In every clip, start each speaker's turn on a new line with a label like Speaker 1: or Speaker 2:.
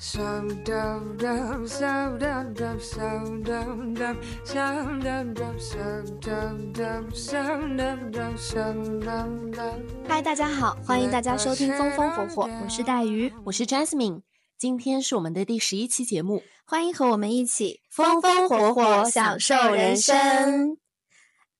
Speaker 1: Some dum dum, some dum dum, some dum dum, some dum dum, some dum dum, some dum dum, some dum dum.
Speaker 2: 嗨，大家好，欢迎大家收听《风风火火》，我是带鱼，
Speaker 3: 我是 Jasmine，今天是我们的第十一期节目。
Speaker 2: 欢迎和我们一起
Speaker 3: 风风火火享受人生。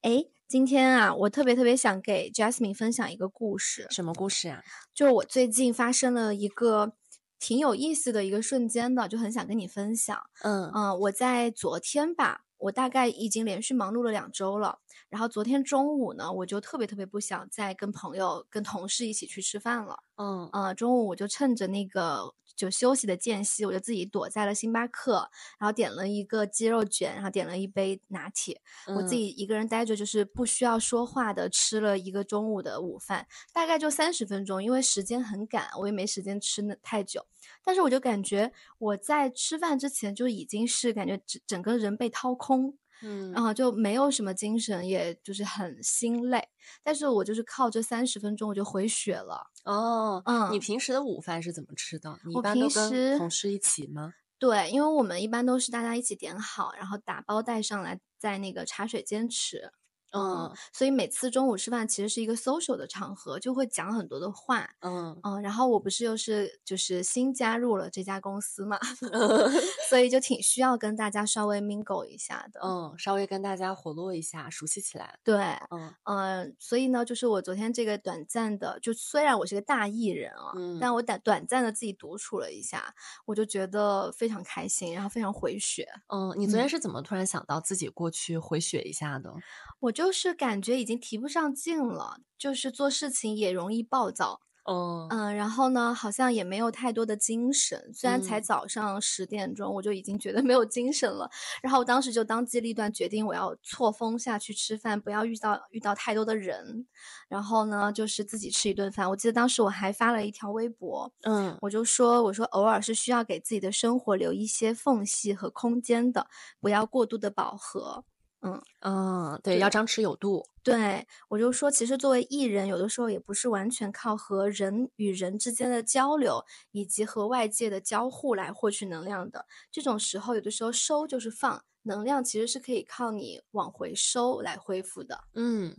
Speaker 2: 哎，今天啊，我特别特别想给 Jasmine 分享一个故事，
Speaker 3: 什么故事啊？
Speaker 2: 就是我最近发生了一个挺有意思的一个瞬间的，就很想跟你分享。
Speaker 3: 嗯
Speaker 2: 嗯、我在昨天吧，我大概已经连续忙碌了两周了。然后昨天中午呢，我就特别特别不想再跟朋友、跟同事一起去吃饭了。
Speaker 3: 嗯
Speaker 2: 呃，中午我就趁着那个就休息的间隙，我就自己躲在了星巴克，然后点了一个鸡肉卷，然后点了一杯拿铁。我自
Speaker 3: 嗯
Speaker 2: 己一个人待着，就是不需要说话的吃了一个中午的午饭，大概就三十分钟，因为时间很赶，我也没时间吃那太久。但是我就感觉我在吃饭之前就已经是感觉整整个人被掏空，
Speaker 3: 嗯
Speaker 2: 然后就没有什么精神，也就是很心累。但是我就是靠这三十分钟我就回血了。
Speaker 3: 哦，
Speaker 2: 嗯
Speaker 3: 你平时的午饭是怎么吃的？你一
Speaker 2: 我
Speaker 3: 般都
Speaker 2: 平时
Speaker 3: 跟同事一起吗？
Speaker 2: 对，因为我们一般都是大家一起点好，然后打包带上来，在那个茶水间吃。
Speaker 3: 嗯
Speaker 2: 所以每次中午吃饭其实是一个 social 的场合，就会讲很多的话。
Speaker 3: 嗯
Speaker 2: 嗯，然后我不是又是就是新加入了这家公司嘛，
Speaker 3: 嗯
Speaker 2: 嗯所以就挺需要跟大家稍微 mingle 一下的。
Speaker 3: 嗯，稍微跟大家活络一下，熟悉起来。
Speaker 2: 对，
Speaker 3: 嗯
Speaker 2: 嗯，所以呢，就是我昨天这个短暂的，就虽然我是个大艺人啊，
Speaker 3: 嗯
Speaker 2: 但我短短暂的自己独处了一下，我就觉得非常开心，然后非常回血。
Speaker 3: 嗯，你昨天
Speaker 2: 嗯
Speaker 3: 是怎么突然想到自己过去回血一下的？
Speaker 2: 我就是感觉已经提不上劲了，就是做事情也容易暴躁，
Speaker 3: 嗯
Speaker 2: 嗯，然后呢，好像也没有太多的精神。虽然才
Speaker 3: 嗯
Speaker 2: 早上十点钟，我就已经觉得没有精神了。然后我当时就当机立断，决定我要错峰下去吃饭，不要遇到遇到太多的人。然后呢，就是自己吃一顿饭。我记得当时我还发了一条微博，
Speaker 3: 嗯
Speaker 2: 我就说，我说偶尔是需要给自己的生活留一些缝隙和空间的，不要过度的饱和。
Speaker 3: 嗯，对，
Speaker 2: 对
Speaker 3: 要张弛有度。
Speaker 2: 对，我就说，其实作为艺人，有的时候也不是完全靠和人与人之间的交流以及和外界的交互来获取能量的。这种时候，有的时候收就是放，能量其实是可以靠你往回收来恢复的。
Speaker 3: 嗯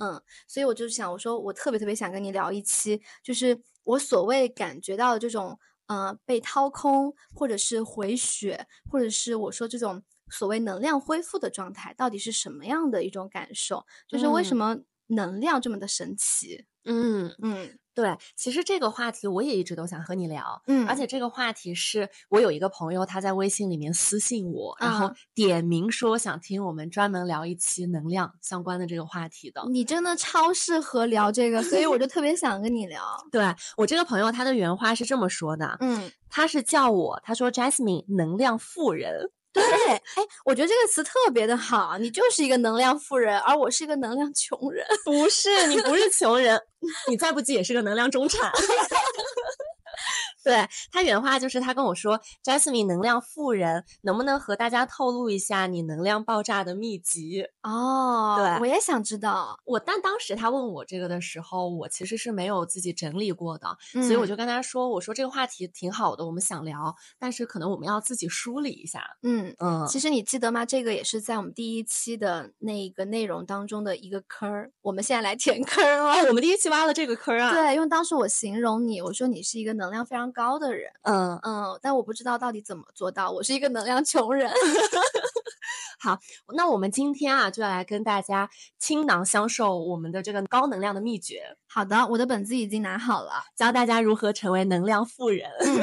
Speaker 2: 所以我就想，我说我特别特别想跟你聊一期，就是我所谓感觉到的这种呃被掏空，或者是回血，或者是我说这种所谓能量恢复的状态，到底是什么样的一种感受？就是为什
Speaker 3: 嗯
Speaker 2: 么能量这么的神奇？
Speaker 3: 嗯，
Speaker 2: 嗯
Speaker 3: 对，其实这个话题我也一直都想和你聊，
Speaker 2: 嗯
Speaker 3: 而且这个话题是我有一个朋友，他在微信里面私信我，然后
Speaker 2: 啊
Speaker 3: 点名说想听我们专门聊一期能量相关的这个话题的。
Speaker 2: 你真的超适合聊这个，所以我就特别想跟你 聊。
Speaker 3: 对我这个朋友，他的原话是这么说的，
Speaker 2: 嗯，
Speaker 3: 他是叫我，他说 Jasmine 能量富人，
Speaker 2: 对，哎，我觉得这个词特别的好，你就是一个能量富人，而我是一个能量穷 人。
Speaker 3: 不是你不是穷人， 你再不济也是个能量中产。 对他原话就是他跟我说，Jasmine 能量富人，能不能和大家透露一下你能量爆炸的秘籍？
Speaker 2: 哦，
Speaker 3: 对
Speaker 2: 我也想知道，
Speaker 3: 我但当时他问我这个的时候，我其实是没有自己整理过的，所以
Speaker 2: 嗯
Speaker 3: 我就跟他说：“我说这个话题挺好的，我们想聊，但是可能我们要自己梳理一下。
Speaker 2: 嗯。嗯”
Speaker 3: 嗯，
Speaker 2: 其实你记得吗？这个也是在我们第一期的那个内容当中的一个坑儿，我们现在来填坑儿了。
Speaker 3: 哦，我们第一期挖了这个坑儿啊。，
Speaker 2: 对，因为当时我形容你，我说你是一个能量非常高的人，
Speaker 3: 嗯，
Speaker 2: 嗯，但我不知道到底怎么做到，我是一个能量穷人。
Speaker 3: 那我们今天啊，就要来跟大家倾囊相授我们的这个高能量的秘诀，
Speaker 2: 好的，我的本子已经拿好了。
Speaker 3: 教大家如何成为能量富人。
Speaker 2: 嗯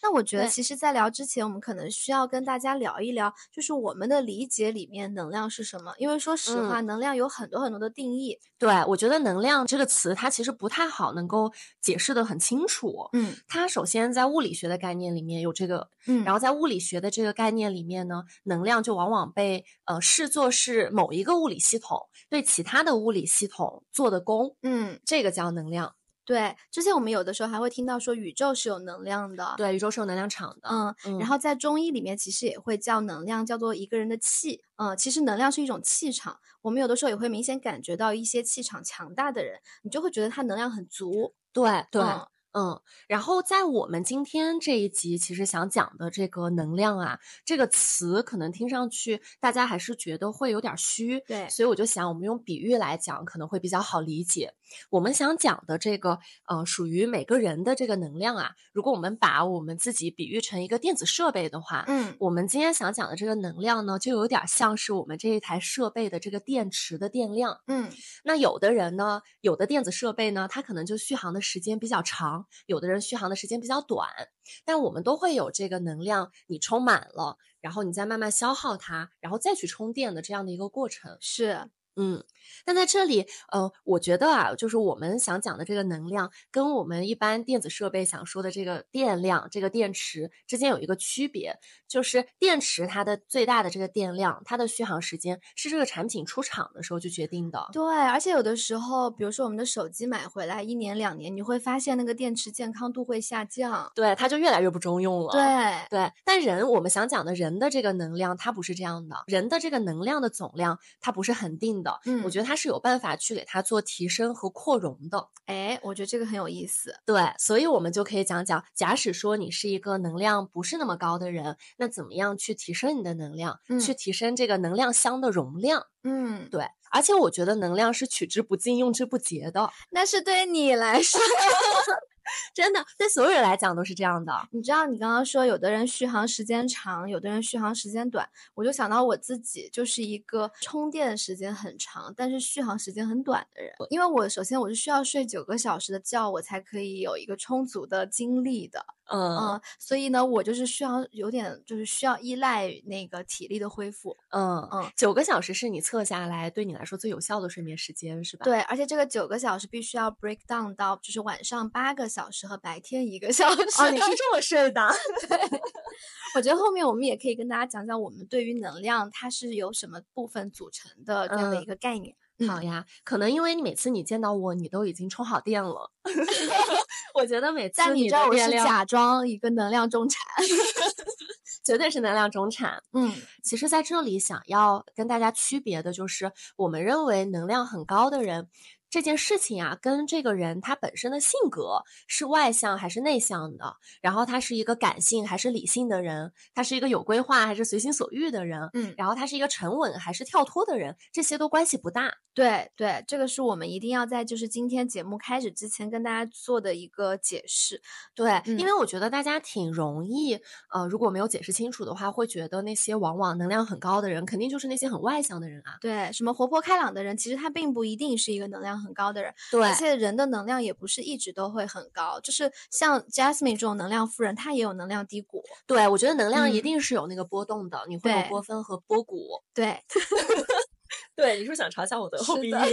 Speaker 2: 那我觉得，
Speaker 3: 对
Speaker 2: 其实，在聊之前，我们可能需要跟大家聊一聊，就是我们的理解里面能量是什么。因为说实
Speaker 3: 嗯
Speaker 2: 话，能量有很多很多的定义。
Speaker 3: 对，我觉得“能量”这个词，它其实不太好能够解释的很清楚。
Speaker 2: 嗯
Speaker 3: 它首先在物理学的概念里面有这个
Speaker 2: 嗯
Speaker 3: 然后在物理学的这个概念里面呢，能量就往往被呃视作是某一个物理系统对其他的物理系统做的功，
Speaker 2: 嗯，
Speaker 3: 这个叫能量。
Speaker 2: 对，之前我们有的时候还会听到说宇宙是有能量的。
Speaker 3: 对，宇宙是有能量场的。
Speaker 2: 嗯，
Speaker 3: 嗯
Speaker 2: 然后在中医里面其实也会叫能量叫做一个人的气，嗯，其实能量是一种气场，我们有的时候也会明显感觉到一些气场强大的人，你就会觉得他能量很足，
Speaker 3: 对对。
Speaker 2: 嗯
Speaker 3: 嗯，然后在我们今天这一集，其实想讲的这个能量啊，这个词可能听上去大家还是觉得会有点虚，
Speaker 2: 对
Speaker 3: 所以我就想我们用比喻来讲，可能会比较好理解。我们想讲的这个，呃，属于每个人的这个能量啊，如果我们把我们自己比喻成一个电子设备的话，
Speaker 2: 嗯，
Speaker 3: 我们今天想讲的这个能量呢，就有点像是我们这一台设备的这个电池的电量。
Speaker 2: 嗯，
Speaker 3: 那有的人呢，有的电子设备呢，它可能就续航的时间比较长，有的人续航的时间比较短。但我们都会有这个能量，你充满了，然后你再慢慢消耗它，然后再去充电的这样的一个过程。
Speaker 2: 是，
Speaker 3: 嗯，但在这里，呃，我觉得啊，就是我们想讲的这个能量，跟我们一般电子设备想说的这个电量、这个电池之间有一个区别，就是电池它的最大的这个电量，它的续航时间是这个产品出厂的时候就决定的。
Speaker 2: 对，而且有的时候，比如说我们的手机买回来一年两年，你会发现那个电池健康度会下降。
Speaker 3: 对，它就越来越不中用了。
Speaker 2: 对，
Speaker 3: 对，但人我们想讲的人的这个能量，它不是这样的，人的这个能量的总量，它不是恒定的。
Speaker 2: 嗯，
Speaker 3: 我觉
Speaker 2: 得，
Speaker 3: 得它是有办法去给它做提升和扩容的，
Speaker 2: 哎，我觉得这个很有意思。
Speaker 3: 对，所以我们就可以讲讲，假使说你是一个能量不是那么高的人，那怎么样去提升你的能量，
Speaker 2: 嗯
Speaker 3: 去提升这个能量箱的容量？
Speaker 2: 嗯，
Speaker 3: 对，而且我觉得能量是取之不尽、用之不竭的，
Speaker 2: 那是对你来说，
Speaker 3: 真的，对所有人来讲都是这样的。
Speaker 2: 你知道，你刚刚说有的人续航时间长，有的人续航时间短，我就想到我自己就是一个充电时间很长，但是续航时间很短的人。因为我首先我是需要睡九个小时的觉，我才可以有一个充足的精力的。
Speaker 3: 嗯
Speaker 2: 嗯，所以呢，我就是需要有点，就是需要依赖那个体力的恢复。
Speaker 3: 嗯
Speaker 2: 嗯
Speaker 3: 九个小时是你测下来对你来说最有效的睡眠时间，是吧？
Speaker 2: 对，而且这个九个小时必须要 break down 到就是晚上八个小时和白天一个小时。
Speaker 3: 哦，你是这么睡的？
Speaker 2: 我觉得后面我们也可以跟大家讲讲我们对于能量它是由什么部分组成的这样的
Speaker 3: 嗯
Speaker 2: 一个概念。
Speaker 3: 好呀，可能因为你每次你见到我，你都已经充好电 了。 我觉得每次
Speaker 2: 但你知
Speaker 3: 的
Speaker 2: 道我
Speaker 3: 电
Speaker 2: 是
Speaker 3: 量
Speaker 2: 假装一个能量中产。
Speaker 3: 绝对是能量中产。
Speaker 2: 嗯
Speaker 3: 其实，在这里想要跟大家区别的就是，我们认为能量很高的人。这件事情啊，跟这个人他本身的性格是外向还是内向的，然后他是一个感性还是理性的人，他是一个有规划还是随心所欲的人，
Speaker 2: 嗯，
Speaker 3: 然后他是一个沉稳还是跳脱的人，这些都关系不大。
Speaker 2: 对对，这个是我们一定要在就是今天节目开始之前跟大家做的一个解释。
Speaker 3: 对，
Speaker 2: 嗯
Speaker 3: 因为我觉得大家挺容易，呃，如果没有解释清楚的话，会觉得那些往往能量很高的人，肯定就是那些很外向的人啊。
Speaker 2: 对，什么活泼开朗的人，其实他并不一定是一个能量很高的人，
Speaker 3: 对
Speaker 2: 而且人的能量也不是一直都会很高，就是像 Jasmine 这种能量富人，她也有能量低谷。
Speaker 3: 对，我觉得能量一
Speaker 2: 嗯
Speaker 3: 定是有那个波动的，你会有
Speaker 2: 对
Speaker 3: 波峰和波谷。
Speaker 2: 对
Speaker 3: 对，你是不是想嘲笑我的
Speaker 2: 是的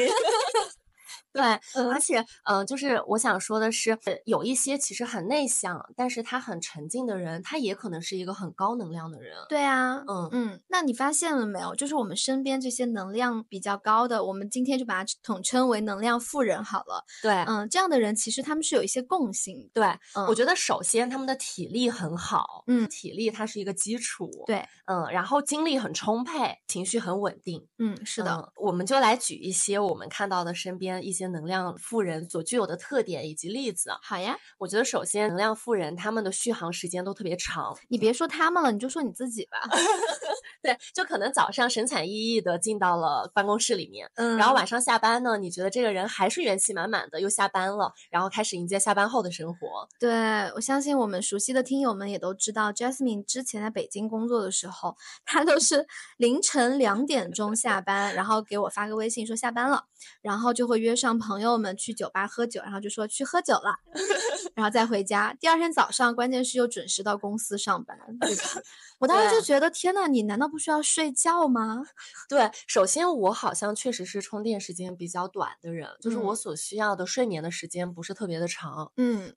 Speaker 3: 对，
Speaker 2: 嗯
Speaker 3: 而且，呃，就是我想说的是，呃有一些其实很内向，但是他很沉静的人，他也可能是一个很高能量的人。
Speaker 2: 对啊，
Speaker 3: 嗯
Speaker 2: 嗯，那你发现了没有？就是我们身边这些能量比较高的，我们今天就把它统称为能量富人好了。
Speaker 3: 对，
Speaker 2: 嗯，这样的人其实他们是有一些共性的。
Speaker 3: 对，
Speaker 2: 嗯，
Speaker 3: 我觉得首先他们的体力很好，
Speaker 2: 嗯
Speaker 3: 体力它是一个基础，
Speaker 2: 对，
Speaker 3: 嗯，然后精力很充沛，情绪很稳定，
Speaker 2: 嗯，是的，
Speaker 3: 嗯我们就来举一些我们看到的身边一些能量富人所具有的特点以及例子。啊
Speaker 2: 好呀，
Speaker 3: 我觉得首先，能量富人他们的续航时间都特别长，
Speaker 2: 你别说他们了，你就说你自己吧。
Speaker 3: 对，就可能早上神采奕奕的进到了办公室里面，
Speaker 2: 嗯
Speaker 3: 然后晚上下班呢，你觉得这个人还是元气满满的，又下班了，然后开始迎接下班后的生活。
Speaker 2: 对，我相信我们熟悉的听友们也都知道，Jasmine 之前在北京工作的时候，她都是凌晨两点钟下班，然后给我发个微信说下班了，然后就会约上朋友们去酒吧喝酒，然后就说去喝酒 了，然后再回家。第二天早上，关键是又准时到公司上班， 对吧？我当时就
Speaker 3: 对
Speaker 2: 觉得，天呐，你难道不需要睡觉吗？
Speaker 3: 对，首先我好像确实是充电时间比较短的人，就是我
Speaker 2: 嗯
Speaker 3: 所需要的睡眠的时间不是特别的长，
Speaker 2: 嗯，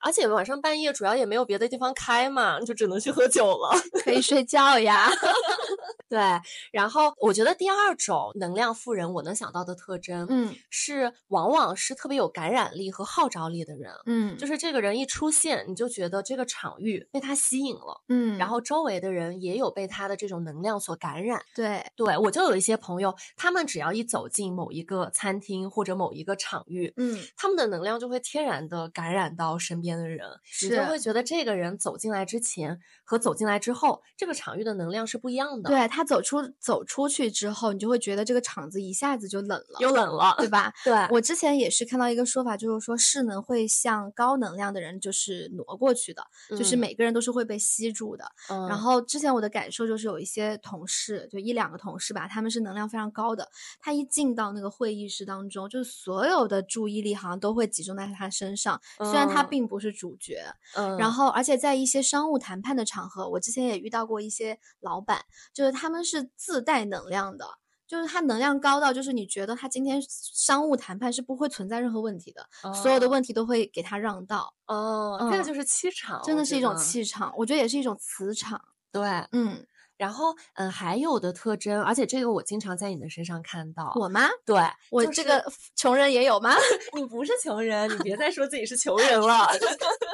Speaker 3: 而且晚上半夜主要也没有别的地方开嘛，就只能去喝酒了。
Speaker 2: 可以睡觉 呀。
Speaker 3: 对，然后我觉得第二种能量富人，我能想到的特征，
Speaker 2: 嗯
Speaker 3: 是往往是特别有感染力和号召力的人，
Speaker 2: 嗯，
Speaker 3: 就是是这个人一出现，你就觉得这个场域被他吸引了，
Speaker 2: 嗯，
Speaker 3: 然后周围的人也有被他的这种能量所感染。
Speaker 2: 对，
Speaker 3: 对我就有一些朋友，他们只要一走进某一个餐厅或者某一个场域，
Speaker 2: 嗯，
Speaker 3: 他们的能量就会天然的感染到身边的人，你
Speaker 2: 是
Speaker 3: 就会觉得这个人走进来之前和走进来之后，这个场域的能量是不一样的。，
Speaker 2: 对他走出走出去之后，你就会觉得这个场子一下子就冷了，
Speaker 3: 又冷了。
Speaker 2: 对吧？
Speaker 3: 对，
Speaker 2: 我之前也是看到一个说法，就是说势能会向高能量的人就是挪过去的，就是
Speaker 3: 嗯，
Speaker 2: 每个人都是会被吸住的。然
Speaker 3: 嗯
Speaker 2: 后之前我的感受就是有一些同事，就一两个同事吧，他们是能量非常高的，他一进到那个会议室当中，就是所有的注意力好像都会集中在他身上，虽然他
Speaker 3: 嗯
Speaker 2: 并不是主角，
Speaker 3: 嗯，
Speaker 2: 然后，而且在一些商务谈判的场合，我之前也遇到过一些老板，就是他们是自带能量的，就是他能量高到，就是你觉得他今天商务谈判是不会存在任何问题的，所有的问题都会给他让道，
Speaker 3: 哦，哦这个
Speaker 2: 嗯
Speaker 3: 就是气场，
Speaker 2: 真
Speaker 3: 我
Speaker 2: 的是
Speaker 3: 觉
Speaker 2: 一种
Speaker 3: 得
Speaker 2: 气场，我觉得也是一种磁场。
Speaker 3: 对。
Speaker 2: 嗯，
Speaker 3: 然后，嗯，还有的特征，而且这个我经常在你的身上看到。
Speaker 2: 我吗？
Speaker 3: 对
Speaker 2: 我
Speaker 3: 哦就
Speaker 2: 这
Speaker 3: 是
Speaker 2: 个穷人也有 吗？
Speaker 3: 你不是穷人，你别再说自己是穷人了。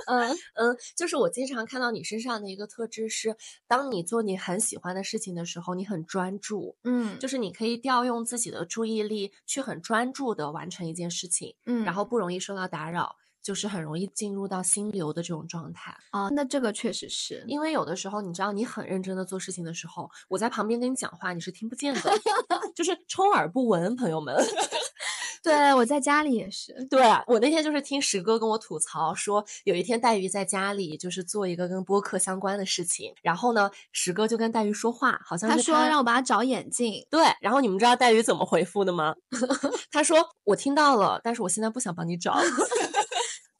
Speaker 2: 嗯
Speaker 3: 嗯，就是我经常看到你身上的一个特质是，当你做你很喜欢的事情的时候，你很专注，
Speaker 2: 嗯，
Speaker 3: 就是你可以调用自己的注意力去很专注的完成一件事情，
Speaker 2: 嗯，
Speaker 3: 然后不容易受到打扰，就是很容易进入到心流的这种状态。
Speaker 2: 啊，那这个确实是，
Speaker 3: 因为有的时候，你知道，你很认真的做事情的时候，我在旁边跟你讲话，你是听不见 的，就是充耳不闻，朋友们。
Speaker 2: 对我在家里也是，
Speaker 3: 对我那天就是听石哥跟我吐槽说，有一天黛玉在家里就是做一个跟播客相关的事情，然后呢，石哥就跟黛玉说话，好像
Speaker 2: 他
Speaker 3: 是
Speaker 2: 说让我帮他找眼镜，
Speaker 3: 对，然后你们知道黛玉怎么回复的吗？ 他说我听到了，但是我现在不想帮你找。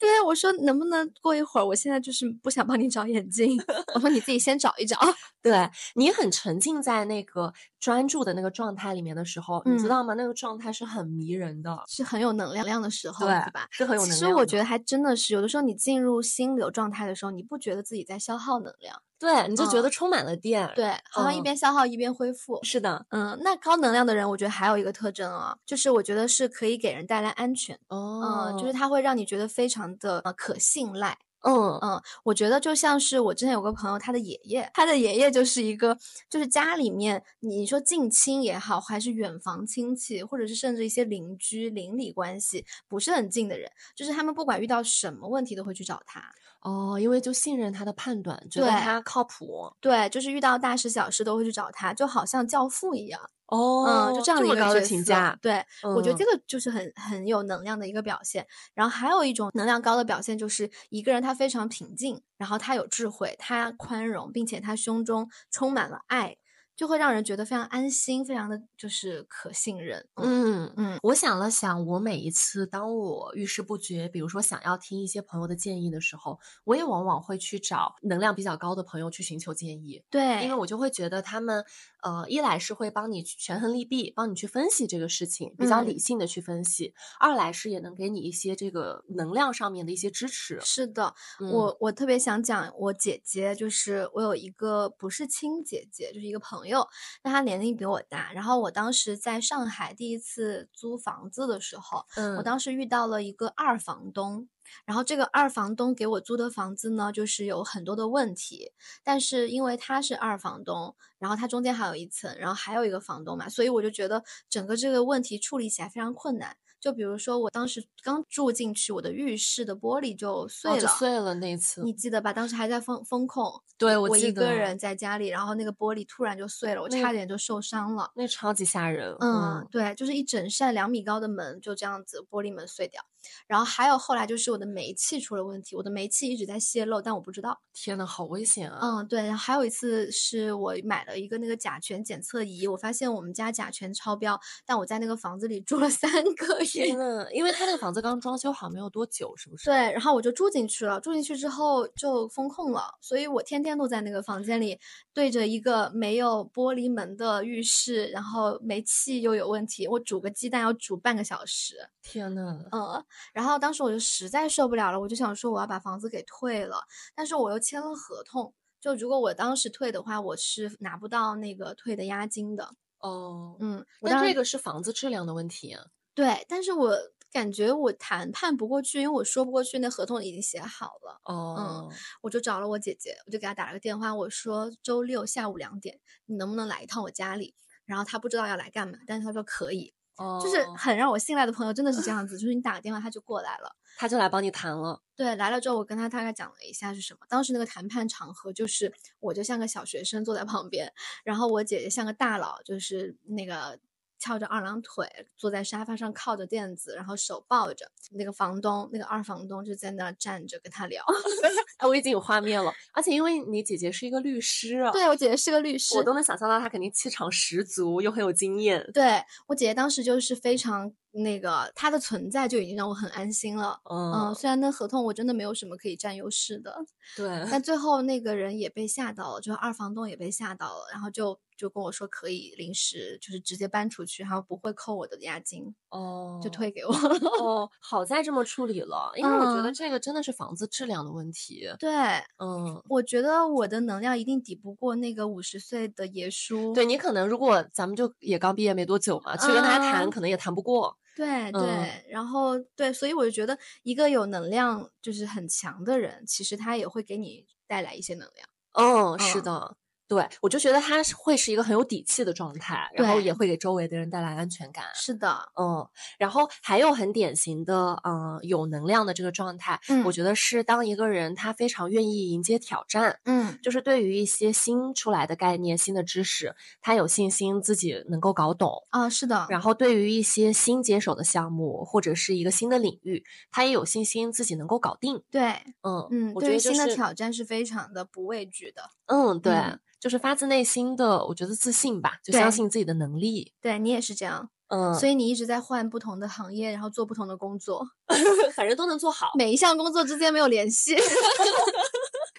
Speaker 2: 对，啊我说能不能过一会儿？我现在就是不想帮你找眼镜， 我说你自己先找一找。
Speaker 3: 对你很沉浸在那个专注的那个状态里面的时候，你知
Speaker 2: 嗯
Speaker 3: 道吗？那个状态是很迷人的，
Speaker 2: 是很有能量量的时候，
Speaker 3: 对
Speaker 2: 吧？
Speaker 3: 是很有
Speaker 2: 其
Speaker 3: 能
Speaker 2: 实
Speaker 3: 量
Speaker 2: 我
Speaker 3: 的
Speaker 2: 觉得还真的是，有的时候你进入心流状态的时候，你不觉得自己在消耗能量，
Speaker 3: 对，你就觉
Speaker 2: 嗯
Speaker 3: 得充满了电。，
Speaker 2: 对，好像一
Speaker 3: 嗯
Speaker 2: 边消耗一边恢复。
Speaker 3: 是的，
Speaker 2: 嗯，那高能量的人，我觉得还有一个特征啊，就是我觉得是可以给人带来安全，
Speaker 3: 哦
Speaker 2: 嗯，就是他会让你觉得非常的呃可信赖，
Speaker 3: 嗯
Speaker 2: 嗯，我觉得就像是我之前有个朋友，他的爷爷，他的爷爷就是一个，就是家里面你说近亲也好，还是远房亲戚，或者是甚至一些邻居、邻里关系不是很近的人，就是他们不管遇到什么问题都会去找他。
Speaker 3: 哦，因为就信任他的判断，觉得
Speaker 2: 对
Speaker 3: 他靠谱。
Speaker 2: 对，就是遇到大事小事都会去找他，就好像教父一样，
Speaker 3: 哦
Speaker 2: 嗯，就这样的一
Speaker 3: 么
Speaker 2: 个
Speaker 3: 高的
Speaker 2: 角
Speaker 3: 评
Speaker 2: 色
Speaker 3: 价，
Speaker 2: 对，我觉得
Speaker 3: 嗯
Speaker 2: 这个就是很很有能量的一个表现。然后还有一种能量高的表现，就是一个人他非常平静，然后他有智慧，他宽容，并且他胸中充满了爱，就会让人觉得非常安心，非常的就是可信任。
Speaker 3: 嗯。
Speaker 2: 嗯
Speaker 3: 我想了想，我每一次当我遇事不决，比如说想要听一些朋友的建议的时候，我也往往会去找能量比较高的朋友去寻求建议，
Speaker 2: 对，
Speaker 3: 因为我就会觉得他们，呃，一来是会帮你去权衡利弊，帮你去分析这个事情，比较理
Speaker 2: 嗯
Speaker 3: 性的去分析；二来是也能给你一些这个能量上面的一些支持。
Speaker 2: 是的，
Speaker 3: 嗯
Speaker 2: 我我特别想讲我姐姐，就是我有一个不是亲姐姐，就是一个朋友，那她年龄比我大。然后我当时在上海第一次租房子的时候，
Speaker 3: 嗯，
Speaker 2: 我当时遇到了一个二房东，然后这个二房东给我租的房子呢，就是有很多的问题，但是因为他是二房东，然后他中间还有一层，然后还有一个房东嘛，所以我就觉得整个这个问题处理起来非常困难。就比如说我当时刚住进去，我的浴室的玻璃就碎
Speaker 3: 哦
Speaker 2: 了，
Speaker 3: 就碎了那一次，
Speaker 2: 你记得吧？当时还在风风控，
Speaker 3: 对
Speaker 2: 我
Speaker 3: 我记
Speaker 2: 一
Speaker 3: 得
Speaker 2: 个人在家里，然后那个玻璃突然就碎了，我
Speaker 3: 那
Speaker 2: 差点就受伤了。
Speaker 3: 那超级吓人。
Speaker 2: 嗯，对，就是一整扇两米高的门就这样子玻璃门碎掉，然后还有后来就是我的煤气出了问题，我的煤气一直在泄漏，但我不知道。
Speaker 3: 天呐，好危险啊！
Speaker 2: 嗯，对，然后还有一次是我买了一个那个甲醛检测仪，我发现我们家甲醛超标，但我在那个房子里住了三个
Speaker 3: 天
Speaker 2: 月。
Speaker 3: 呐，因为他那个房子刚装修好没有多久，是不是？
Speaker 2: 对，然后我就住进去了，住进去之后就封控了，所以我天天都在那个房间里，对着一个没有玻璃门的浴室，然后煤气又有问题，我煮个鸡蛋要煮半个小时。
Speaker 3: 天呐，
Speaker 2: 嗯，然后当时我就实在受不了了，我就想说我要把房子给退了，但是我又签了合同，就如果我当时退的话，我是拿不到那个退的押金的。
Speaker 3: 哦，
Speaker 2: 嗯，我
Speaker 3: 那
Speaker 2: 当
Speaker 3: 这
Speaker 2: 时
Speaker 3: 个是房子质量的问题啊。
Speaker 2: 对，但是我感觉我谈判不过去，因为我说不过去，那合同已经写好了。
Speaker 3: 哦，
Speaker 2: 我就找了我姐姐，我就给她打了个电话，我说周六下午两点，你能不能来一趟我家里？然后她不知道要来干嘛，但是她说可以，
Speaker 3: 哦
Speaker 2: 就是很让我信赖的朋友，真的是这样子，就是你打个电话他就过来了。
Speaker 3: 他就来帮你谈了。
Speaker 2: 对，来了之后，我跟他大概讲了一下是什么。当时那个谈判场合就是，我就像个小学生坐在旁边，然后我姐姐像个大佬，就是那个翘着二郎腿坐在沙发上，靠着垫子，然后手抱着。那个房东，那个二房东就在那儿站着跟他 聊。
Speaker 3: 哎，我已经有画面了，而且因为你姐姐是一个律师啊，
Speaker 2: 对我姐姐是个律师
Speaker 3: 我，都能想象到她肯定气场十足，又很有经验。
Speaker 2: 对我姐姐当时就是非常那个，她的存在就已经让我很安心了。嗯，
Speaker 3: 嗯，
Speaker 2: 虽然那合同我真的没有什么可以占优势的，
Speaker 3: 对，
Speaker 2: 但最后那个人也被吓到了，就是二房东也被吓到了，然后就就跟我说可以临时就是直接搬出去，然后不会扣我的押金，
Speaker 3: 哦，
Speaker 2: 就退给我。
Speaker 3: 哦，好在这么处理了，因为我觉得
Speaker 2: 嗯
Speaker 3: 这个真的是房子质量的问题。
Speaker 2: 对，
Speaker 3: 嗯，
Speaker 2: 我觉得我的能量一定抵不过那个五十岁的爷叔。
Speaker 3: 对你可能如果咱们就也刚毕业没多久嘛，去跟他谈
Speaker 2: 嗯
Speaker 3: 可能也谈不过。
Speaker 2: 对对、
Speaker 3: 嗯
Speaker 2: 然后对，所以我就觉得一个有能量就是很强的人，其实他也会给你带来一些能量。
Speaker 3: 嗯，是
Speaker 2: 嗯
Speaker 3: 的。对，我就觉得他是会是一个很有底气的状态，然后
Speaker 2: 对
Speaker 3: 也会给周围的人带来安全感。
Speaker 2: 是的，
Speaker 3: 嗯，然后还有很典型的，嗯、有能量的这个状态，
Speaker 2: 嗯
Speaker 3: 我觉得是当一个人他非常愿意迎接挑战，
Speaker 2: 嗯
Speaker 3: 就是对于一些新出来的概念、新的知识，他有信心自己能够搞懂。
Speaker 2: 啊，是的，
Speaker 3: 然后对于一些新接手的项目或者是一个新的领域，他也有信心自己能够搞定。
Speaker 2: 对，
Speaker 3: 嗯
Speaker 2: 嗯，
Speaker 3: 我觉
Speaker 2: 对于
Speaker 3: 得就
Speaker 2: 新的
Speaker 3: 是
Speaker 2: 挑战是非常的不畏惧的。
Speaker 3: 嗯，对，
Speaker 2: 嗯
Speaker 3: 就是发自内心的，我觉得自信吧，就相
Speaker 2: 对
Speaker 3: 信自己的能力。
Speaker 2: 对你也是这样，
Speaker 3: 嗯，
Speaker 2: 所以你一直在换不同的行业，然后做不同的工作，
Speaker 3: 以 反正都能做好，
Speaker 2: 每一项工作之间没有联系。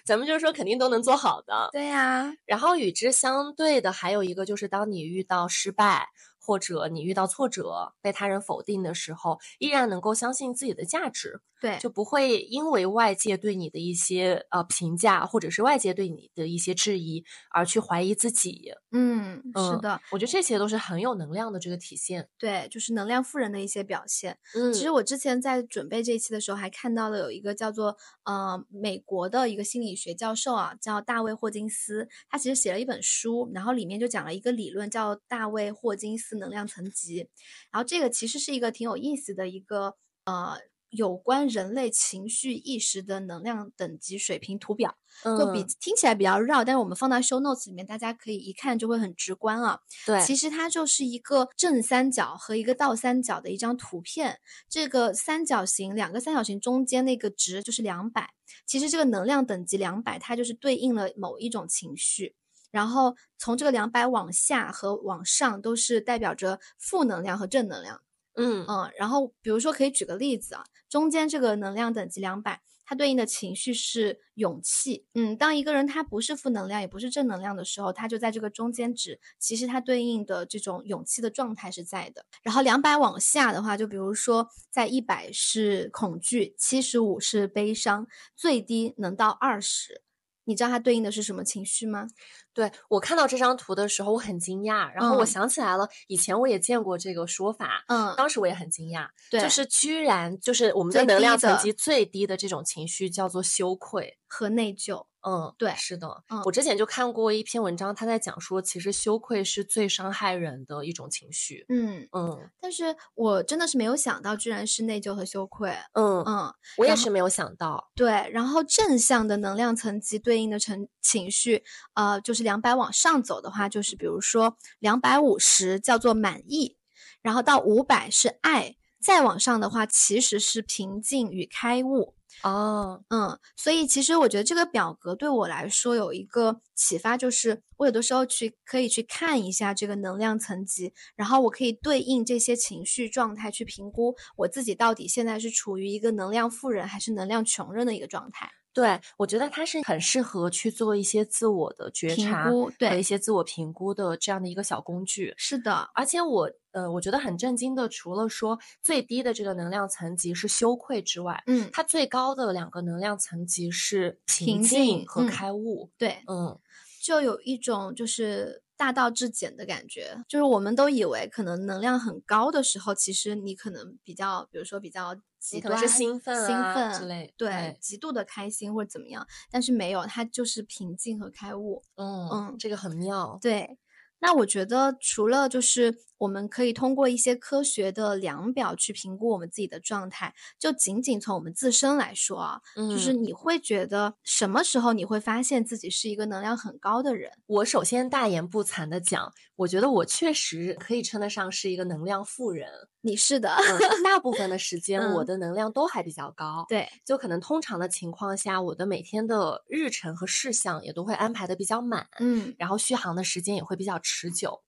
Speaker 3: 咱们就是说肯定都能做好 的。
Speaker 2: 对呀、
Speaker 3: 然后与之相对的还有一个就是，当你遇到失败或者你遇到挫折、被他人否定的时候，依然能够相信自己的价值，
Speaker 2: 对，
Speaker 3: 就不会因为外界对你的一些呃评价，或者是外界对你的一些质疑而去怀疑自己。
Speaker 2: 嗯，是
Speaker 3: 嗯
Speaker 2: 的，
Speaker 3: 我觉得这些都是很有能量的这个体现。
Speaker 2: 对，就是能量富人的一些表现。
Speaker 3: 嗯
Speaker 2: 其实我之前在准备这一期的时候，还看到了有一个叫做呃美国的一个心理学教授啊，叫大卫霍金斯，他其实写了一本书，然后里面就讲了一个理论叫大卫霍金斯能量层级，然后这个其实是一个挺有意思的一个呃。有关人类情绪意识的能量等级水平图表，就比
Speaker 3: 嗯
Speaker 2: 听起来比较绕，但是我们放到 show notes 里面，大家可以一看就会很直观啊。
Speaker 3: 对，
Speaker 2: 其实它就是一个正三角和一个倒三角的一张图片。这个三角形，两个三角形中间那个值就是两百。其实这个能量等级两百，它就是对应了某一种情绪。然后从这个两百往下和往上都是代表着负能量和正能量。
Speaker 3: 嗯
Speaker 2: 嗯，然后比如说可以举个例子啊，中间这个能量等级两百，它对应的情绪是勇气。嗯，当一个人他不是负能量，也不是正能量的时候，他就在这个中间值，其实它对应的这种勇气的状态是在的。然后两百往下的话，就比如说在一百是恐惧，七十五是悲伤，最低能到二十。你知道它对应的是什么情绪吗？
Speaker 3: 对我看到这张图的时候，我很惊讶，然后我
Speaker 2: 嗯
Speaker 3: 想起来了，以前我也见过这个说法，
Speaker 2: 嗯，
Speaker 3: 当时我也很惊讶，
Speaker 2: 对，
Speaker 3: 就是居然就是我们的
Speaker 2: 最
Speaker 3: 能
Speaker 2: 低
Speaker 3: 量层
Speaker 2: 的
Speaker 3: 级最低的这种情绪叫做羞愧。
Speaker 2: 和内疚。
Speaker 3: 嗯，
Speaker 2: 对
Speaker 3: 是的，
Speaker 2: 嗯
Speaker 3: 我之前就看过一篇文章，他在讲说，其实羞愧是最伤害人的一种情绪。
Speaker 2: 嗯，
Speaker 3: 嗯
Speaker 2: 但是我真的是没有想到，居然是内疚和羞愧。
Speaker 3: 嗯，
Speaker 2: 嗯，
Speaker 3: 我也
Speaker 2: 然后
Speaker 3: 是没有想到。
Speaker 2: 对。然后正向的能量层级对应的成情绪，呃，就是两百往上走的话，就是比如说两百五十叫做满意，然后到五百是爱，再往上的话其实是平静与开悟。
Speaker 3: 哦，
Speaker 2: 嗯，所以其实我觉得这个表格对我来说有一个启发，就是我有的时候去可以去看一下这个能量层级，然后我可以对应这些情绪状态去评估我自己到底现在是处于一个能量富人还是能量穷人的一个状态。
Speaker 3: 对，我觉得他是很适合去做一些自我的觉
Speaker 2: 评
Speaker 3: 察
Speaker 2: 估
Speaker 3: 和一
Speaker 2: 对
Speaker 3: 些自我评估的这样的一个小工具。
Speaker 2: 是的，
Speaker 3: 而且我呃，我觉得很震惊的，除了说最低的这个能量层级是羞愧之外，
Speaker 2: 嗯，
Speaker 3: 它最高的两个能量层级是平
Speaker 2: 平
Speaker 3: 静
Speaker 2: 静
Speaker 3: 和
Speaker 2: 嗯
Speaker 3: 开悟。
Speaker 2: 对，
Speaker 3: 嗯
Speaker 2: 就有一种就是大道至简的感觉。就是我们都以为可能能量很高的时候，其实你可能比较，比如说比较极
Speaker 3: 你可
Speaker 2: 端
Speaker 3: 能是兴奋
Speaker 2: 兴
Speaker 3: 啊
Speaker 2: 奋
Speaker 3: 之类的
Speaker 2: 对
Speaker 3: 哎，
Speaker 2: 极度的开心或者怎么样，但是没有，它就是平静和开悟。嗯
Speaker 3: 嗯，这个很妙。
Speaker 2: 对，那我觉得除了就是我们可以通过一些科学的量表去评估我们自己的状态，就仅仅从我们自身来说啊，就是
Speaker 3: 嗯
Speaker 2: 你会觉得什么时候你会发现自己是一个能量很高的人？
Speaker 3: 我首先大言不惭的讲，我觉得我确实可以称得上是一个能量富人。
Speaker 2: 你是的，
Speaker 3: 嗯大部分的时间我
Speaker 2: 嗯
Speaker 3: 的能量都还比较高。
Speaker 2: 对，
Speaker 3: 就可能通常的情况下，我的每天的日程和事项也都会安排的比较满，
Speaker 2: 嗯
Speaker 3: 然后续航的时间也会比较持久。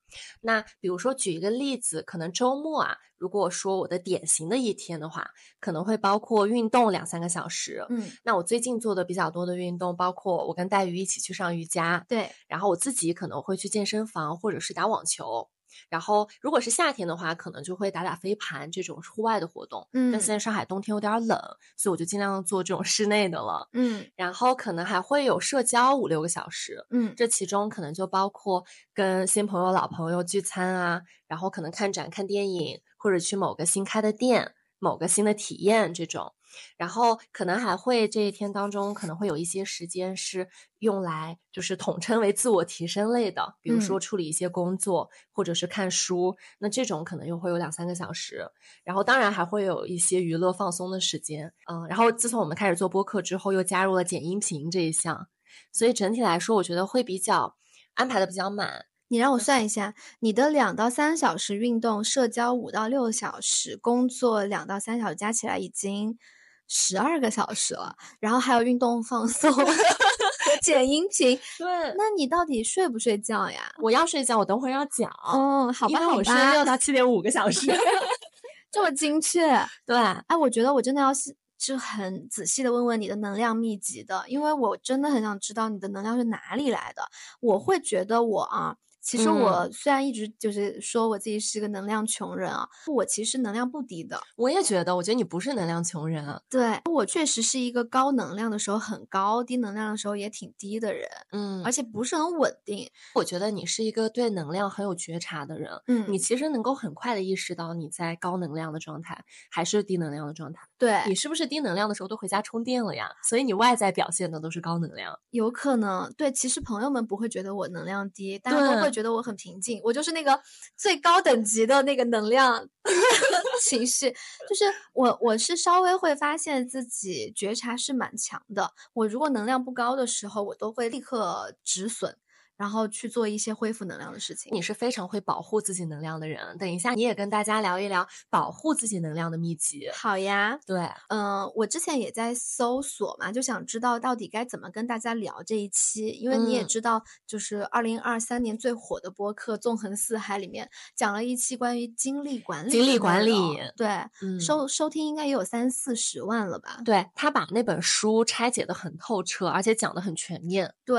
Speaker 3: 那比如说举一个例子，可能周末啊，如果说我的典型的一天的话，可能会包括运动两三个小时。
Speaker 2: 嗯，
Speaker 3: 那我最近做的比较多的运动，包括我跟黛鱼一起去上瑜伽，
Speaker 2: 对，
Speaker 3: 然后我自己可能会去健身房或者是打网球。然后，如果是夏天的话，可能就会打打飞盘这种户外的活动。但现
Speaker 2: 嗯
Speaker 3: 在上海冬天有点儿冷，所以我就尽量做这种室内的了。
Speaker 2: 嗯
Speaker 3: 然后可能还会有社交五六个小时，
Speaker 2: 嗯
Speaker 3: 这其中可能就包括跟新朋友、老朋友聚餐啊，然后可能看展、看电影，或者去某个新开的店、某个新的体验这种。然后可能还会这一天当中，可能会有一些时间是用来就是统称为自我提升类的，比如说
Speaker 2: 嗯
Speaker 3: 处理一些工作，或者是看书。那这种可能又会有两三个小时。然后当然还会有一些娱乐放松的时间，嗯，然后自从我们开始做播客之后，又加入了剪音频这一项，所以整体来说，我觉得会比较安排的比较满。
Speaker 2: 你让我算一下，你的两到三小时运动，社交五到六小时，工作两到三小时，加起来已经十二个小时了。然后还有运动放 松、剪音频，
Speaker 3: 对
Speaker 2: 那你到底睡不睡觉呀？
Speaker 3: 我要睡觉，我等会儿要讲，
Speaker 2: 哦，好
Speaker 3: 因
Speaker 2: 吧，
Speaker 3: 为
Speaker 2: 好
Speaker 3: 我睡
Speaker 2: 吧，
Speaker 3: 六到七点五个小时。
Speaker 2: 这么精确。
Speaker 3: 对，
Speaker 2: 哎，我觉得我真的要是就很仔细的问问你的能量秘籍的，因为我真的很想知道你的能量是哪里来的。我会觉得我啊，其实
Speaker 3: 嗯
Speaker 2: 我虽然一直就是说我自己是个能量穷人啊，我其实能量不低的。
Speaker 3: 我也觉得，我觉得你不是能量穷人啊。
Speaker 2: 对我确实是一个高能量的时候很高，低能量的时候也挺低的人，
Speaker 3: 嗯
Speaker 2: 而且不是很稳定。
Speaker 3: 我觉得你是一个对能量很有觉察的人，
Speaker 2: 嗯，
Speaker 3: 你其实能够很快的意识到你在高能量的状态还是低能量的状态。
Speaker 2: 对
Speaker 3: 你是不是低能量的时候都回家充电了呀？所以你外在表现的都是高能量。
Speaker 2: 有可能，对，其实朋友们不会觉得我能量低，大家都会
Speaker 3: 对
Speaker 2: 觉得我很平静，我就是那个最高等级的那个能量 情绪，就是我我是稍微会发现自己觉察是蛮强的，我如果能量不高的时候，我都会立刻止损，然后去做一些恢复能量的事情。
Speaker 3: 你是非常会保护自己能量的人。等一下，你也跟大家聊一聊保护自己能量的秘籍。
Speaker 2: 好呀，
Speaker 3: 对，
Speaker 2: 嗯，我之前也在搜索嘛，就想知道到底该怎么跟大家聊这一期，因为你也
Speaker 3: 嗯
Speaker 2: 知道，就是二零二三年最火的播客《纵横四海》里面讲了一期关于精力管理的内
Speaker 3: 精
Speaker 2: 容，
Speaker 3: 力管理
Speaker 2: 对，
Speaker 3: 嗯，
Speaker 2: 收收听应该也有三四十万了吧？
Speaker 3: 对他把那本书拆解的很透彻，而且讲的很全面。
Speaker 2: 对，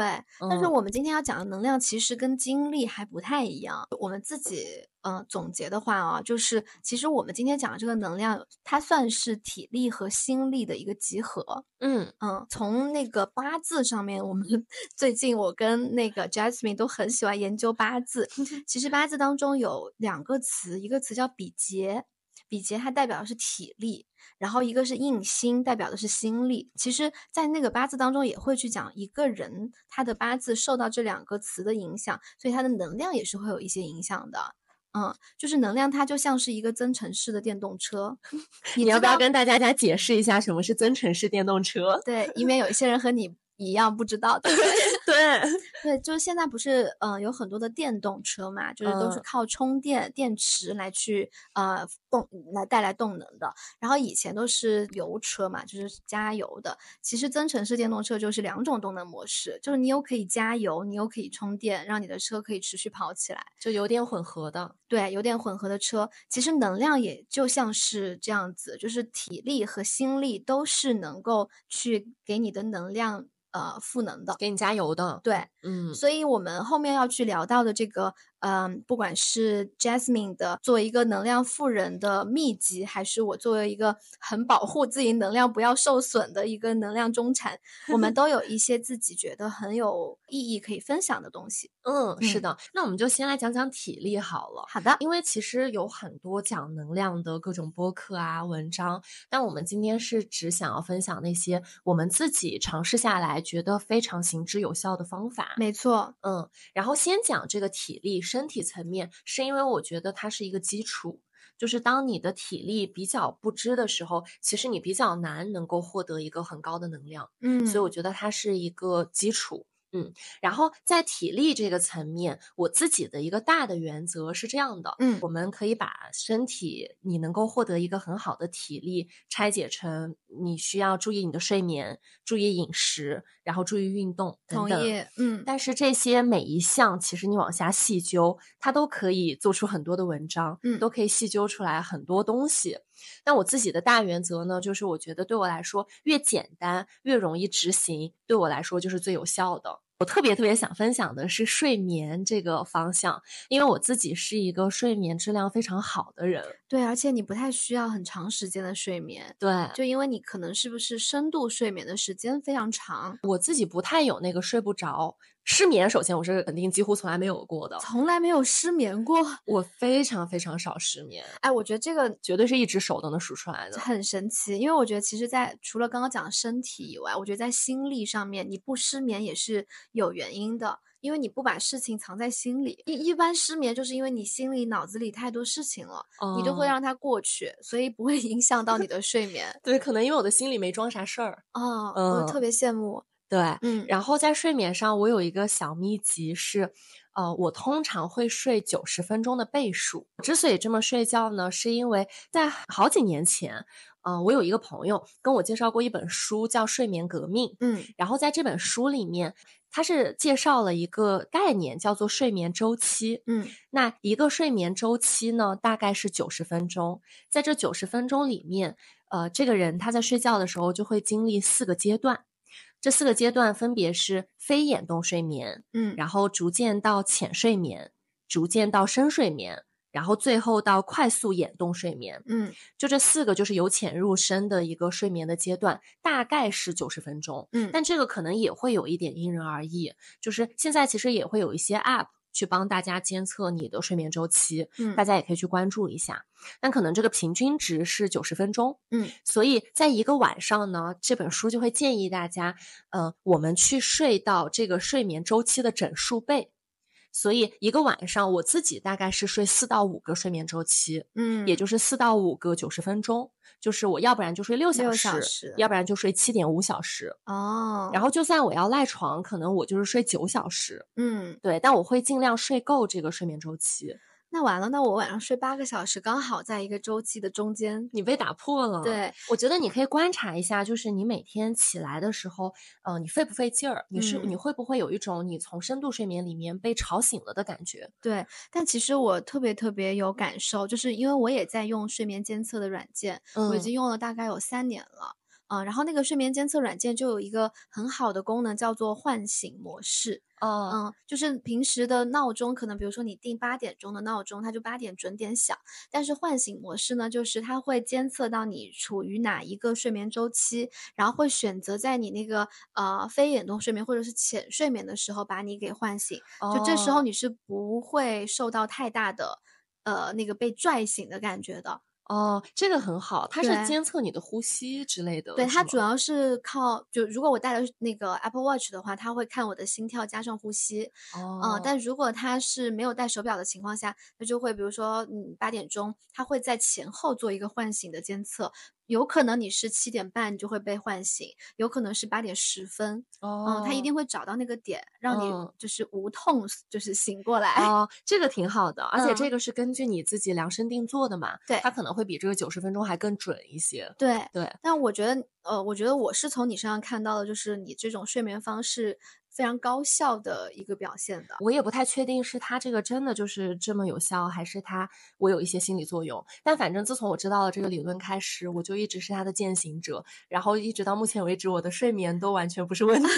Speaker 2: 但是
Speaker 3: 嗯
Speaker 2: 我们今天要讲的能量其实跟精力还不太一样。我们自己呃总结的话啊，就是其实我们今天讲的这个能量，它算是体力和心力的一个集合。
Speaker 3: 嗯，
Speaker 2: 嗯，从那个八字上面，我们 最近我跟那个 Jasmine 都很喜欢研究八 字。其实八字当中有两个词，一个词叫比劫，比劫它代表的是体力，然后一个是印星，代表的是心力。其实，在那个八字当中也会去讲一个人他的八字受到这两个词的影响，所以他的能量也是会有一些影响的。嗯，就是能量，它就像是一个增程式的电动车。
Speaker 3: 你
Speaker 2: 知
Speaker 3: 要不要
Speaker 2: 道
Speaker 3: 跟大家家解释一下什么是增程式电动车？
Speaker 2: 对，以免有一些人和你一样不知道。对
Speaker 3: 对，
Speaker 2: 对，就是现在不是嗯、呃有很多的电动车嘛，就是都是
Speaker 3: 嗯
Speaker 2: 靠充电、电池来去呃动来带来动能的。然后以前都是油车嘛，就是加油的。其实增程式电动车就是两种动能模式，就是你又可以加油，你又可以充电，让你的车可以持续跑起来。
Speaker 3: 就有点混合的。
Speaker 2: 对，有点混合的车，其实能量也就像是这样子，就是体力和心力都是能够去给你的能量呃赋能的。
Speaker 3: 给你加油的，
Speaker 2: 对，
Speaker 3: 嗯，
Speaker 2: 所以我们后面要去聊到的这个嗯、不管是 Jasmine 的作为一个能量富人的秘籍，还是我作为一个很保护自己能量不要受损的一个能量中产，我 们都有一些自己觉得很有意义可以分享的东西。
Speaker 3: 嗯，是
Speaker 2: 嗯
Speaker 3: 的。那我们就先来讲讲体力好了。
Speaker 2: 好的，
Speaker 3: 因为其实有很多讲能量的各种播客啊、文章，但我们今天是只想要分享那些我们自己尝试下来觉得非常行之有效的方法。
Speaker 2: 没错，
Speaker 3: 嗯，然后先讲这个体力、身体层面，是因为我觉得它是一个基础。就是当你的体力比较不支的时候，其实你比较难能够获得一个很高的能量。
Speaker 2: 嗯，
Speaker 3: 所以我觉得它是一个基础。嗯，然后在体力这个层面，我自己的一个大的原则是这样的，
Speaker 2: 嗯
Speaker 3: 我们可以把身体你能够获得一个很好的体力拆解成你需要注意你的睡眠、注意饮食，然后注意运动等
Speaker 2: 同
Speaker 3: 等。
Speaker 2: 意，嗯，
Speaker 3: 但是这些每一项，其实你往下细究，它都可以做出很多的文章，
Speaker 2: 嗯
Speaker 3: 都可以细究出来很多东西。那我自己的大原则呢，就是我觉得对我来说，越简单越容易执行，对我来说就是最有效的。我特别特别想分享的是睡眠这个方向，因为我自己是一个睡眠质量非常好的人。
Speaker 2: 对，而且你不太需要很长时间的睡眠，
Speaker 3: 对，
Speaker 2: 就因为你可能是不是深度睡眠的时间非常长，
Speaker 3: 我自己不太有那个睡不着、失眠。首先，我是肯定几乎从来没有过的，
Speaker 2: 从来没有失眠过。
Speaker 3: 我非常非常少失眠。
Speaker 2: 哎，我觉得这个
Speaker 3: 绝对是一只手都能数出来的。
Speaker 2: 很神奇，因为我觉得其实在，除了刚刚讲身体以外，我觉得在心力上面，你不失眠也是有原因的，因为你不把事情藏在心里。一一般失眠就是因为你心里、脑子里太多事情了，你就会
Speaker 3: 哦。
Speaker 2: 让它过去，所以不会影响到你的睡眠
Speaker 3: 对，可能因为我的心里没装啥事儿。
Speaker 2: 啊、我就特别羡慕。
Speaker 3: 对，
Speaker 2: 嗯，
Speaker 3: 嗯然后在睡眠上，我有一个小秘籍是，呃，我通常会睡九十分钟的倍数。之所以这么睡觉呢，是因为在好几年前，呃，我有一个朋友跟我介绍过一本书，叫《睡眠革命》。
Speaker 2: 嗯
Speaker 3: 然后在这本书里面，它是介绍了一个概念，叫做睡眠周期。
Speaker 2: 嗯
Speaker 3: 那一个睡眠周期呢，大概是九十分钟。在这九十分钟里面，呃，这个人他在睡觉的时候就会经历四个阶段，这四个阶段分别是非眼动睡眠，
Speaker 2: 嗯，
Speaker 3: 然后逐渐到浅睡眠，逐渐到深睡眠，然后最后到快速眼动睡眠。
Speaker 2: 嗯
Speaker 3: 就这四个，就是由浅入深的一个睡眠的阶段，大概是九十分钟。
Speaker 2: 嗯，
Speaker 3: 但这个可能也会有一点因人而异，就是现在其实也会有一些 App 去帮大家监测你的睡眠周期，
Speaker 2: 嗯
Speaker 3: 大家也可以去关注一下。但可能这个平均值是九十分钟，
Speaker 2: 嗯，
Speaker 3: 所以在一个晚上呢，这本书就会建议大家，呃，我们去睡到这个睡眠周期的整数倍。所以一个晚上，我自己大概是睡四到五个睡眠周期，
Speaker 2: 嗯，
Speaker 3: 也就是四到五个九十分钟，就是我要不然就睡六小
Speaker 2: 六
Speaker 3: 时，
Speaker 2: 小时
Speaker 3: 要不然就睡七点五小时。
Speaker 2: 哦，
Speaker 3: 然
Speaker 2: 后
Speaker 3: 后就算我要赖床，可能我就是睡九小时，
Speaker 2: 嗯，
Speaker 3: 对，但我会尽量睡够这个睡眠周期。
Speaker 2: 那完了，那我晚上睡八个小时，刚好在一个周期的中间。
Speaker 3: 你被打破了，，
Speaker 2: 对，
Speaker 3: 我觉得你可以观察一下，就是你每天起来的时候，呃，你费不费劲儿？你是、
Speaker 2: 嗯
Speaker 3: 你会不会有一种你从深度睡眠里面被吵醒了的感觉？
Speaker 2: 对，但其实我特别特别有感受，就是因为我也在用睡眠监测的软件，
Speaker 3: 嗯
Speaker 2: 我已经用了大概有三年了。啊、然后那个睡眠监测软件就有一个很好的功能，叫做唤醒模式。
Speaker 3: 哦，
Speaker 2: 嗯，就是平时的闹钟，可能比如说你定八点钟的闹钟，它就八点准点响。但是唤醒模式呢，就是它会监测到你处于哪一个睡眠周期，然后会选择在你那个呃非眼动睡眠或者是浅睡眠的时候把你给唤醒。嗯就这时候
Speaker 3: 哦
Speaker 2: 你是不会受到太大的呃那个被拽醒的感觉的。
Speaker 3: 哦，这个很好，它是
Speaker 2: 对
Speaker 3: 监测你的呼吸之类的，
Speaker 2: 对，它主
Speaker 3: 要
Speaker 2: 要呃是靠就如果我戴了那个 Apple Watch 的话，它会看我的心跳加上呼吸。
Speaker 3: 哦
Speaker 2: 嗯，，但如果它是没有戴手表的情况下，它就会比如说嗯八点钟，它会在前后做一个唤醒的监测。有可能你是七点半就会被唤醒，有可能是八点十分，
Speaker 3: 哦，
Speaker 2: 嗯，它一定会找到那个点，让你
Speaker 3: 嗯
Speaker 2: 就是无痛就是醒过来。
Speaker 3: 哦，这个挺好的，而且这
Speaker 2: 哎嗯
Speaker 3: 个是根据你自己量身定做的嘛，
Speaker 2: 对
Speaker 3: 它可能会比这个九十分钟还更准一些。
Speaker 2: 对，
Speaker 3: 对，
Speaker 2: 但我觉得，呃，我觉得我是从你身上看到的，就是你这种睡眠方式非常高效的一个表现的。
Speaker 3: 我也不太确定是它这个真的就是这么有效，还是它我有一些心理作用。但反正自从我知道了这个理论开始，我就一直是它的践行者，然后一直到目前为止，我的睡眠都完全不是问题。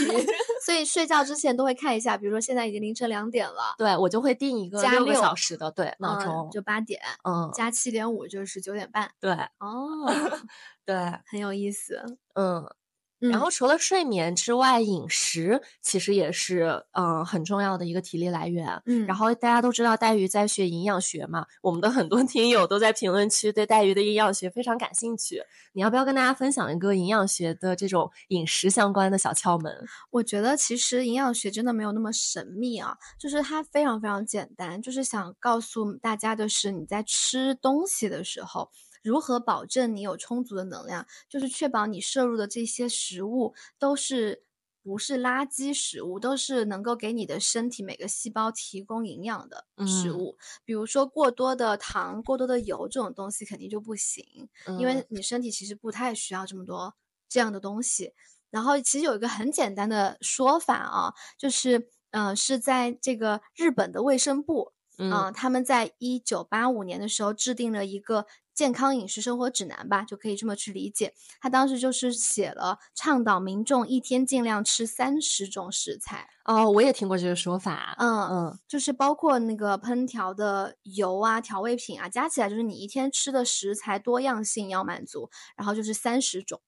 Speaker 2: 所以睡觉之前都会看一下，比如说现在已经凌晨两点了，
Speaker 3: 对我就会定一个
Speaker 2: 加
Speaker 3: 六个
Speaker 2: 六
Speaker 3: 小时的对闹
Speaker 2: 嗯
Speaker 3: 钟，
Speaker 2: 就八点
Speaker 3: 嗯，
Speaker 2: 加七点五就是九点半。
Speaker 3: 对
Speaker 2: 哦，
Speaker 3: 对，
Speaker 2: 很有意思。
Speaker 3: 嗯。
Speaker 2: 嗯
Speaker 3: 然后除了睡眠之外，饮食其实也是嗯、呃很重要的一个体力来源。
Speaker 2: 嗯，
Speaker 3: 然后大家都知道黛玉在学营养学嘛，我们的很多听友都在评论区对黛玉的营养学非常感兴趣。你要不要跟大家分享一个营养学的这种饮食相关的小窍门？
Speaker 2: 我觉得其实营养学真的没有那么神秘啊，就是它非常非常简单，就是想告诉大家的是，你在吃东西的时候。如何保证你有充足的能量？就是确保你摄入的这些食物都是不是垃圾食物，都是能够给你的身体每个细胞提供营养的食
Speaker 3: 嗯
Speaker 2: 物。比如说过多的糖、过多的油这种东西肯定就不行。因
Speaker 3: 嗯
Speaker 2: 为你身体其实不太需要这么多这样的东西。然后其实有一个很简单的说法啊，就是嗯、呃是在这个日本的卫生部
Speaker 3: 嗯
Speaker 2: 啊、他们在一九八五年的时候制定了一个健康饮食生活指南吧，就可以这么去理解。他当时就是写了倡导民众一天尽量吃三十种食材，
Speaker 3: 哦，我也听过这个说法。
Speaker 2: 嗯，
Speaker 3: 嗯
Speaker 2: 就是包括那个烹调的油啊、调味品啊，加起来就是你一天吃的食材多样性要满足，然后就是三十种。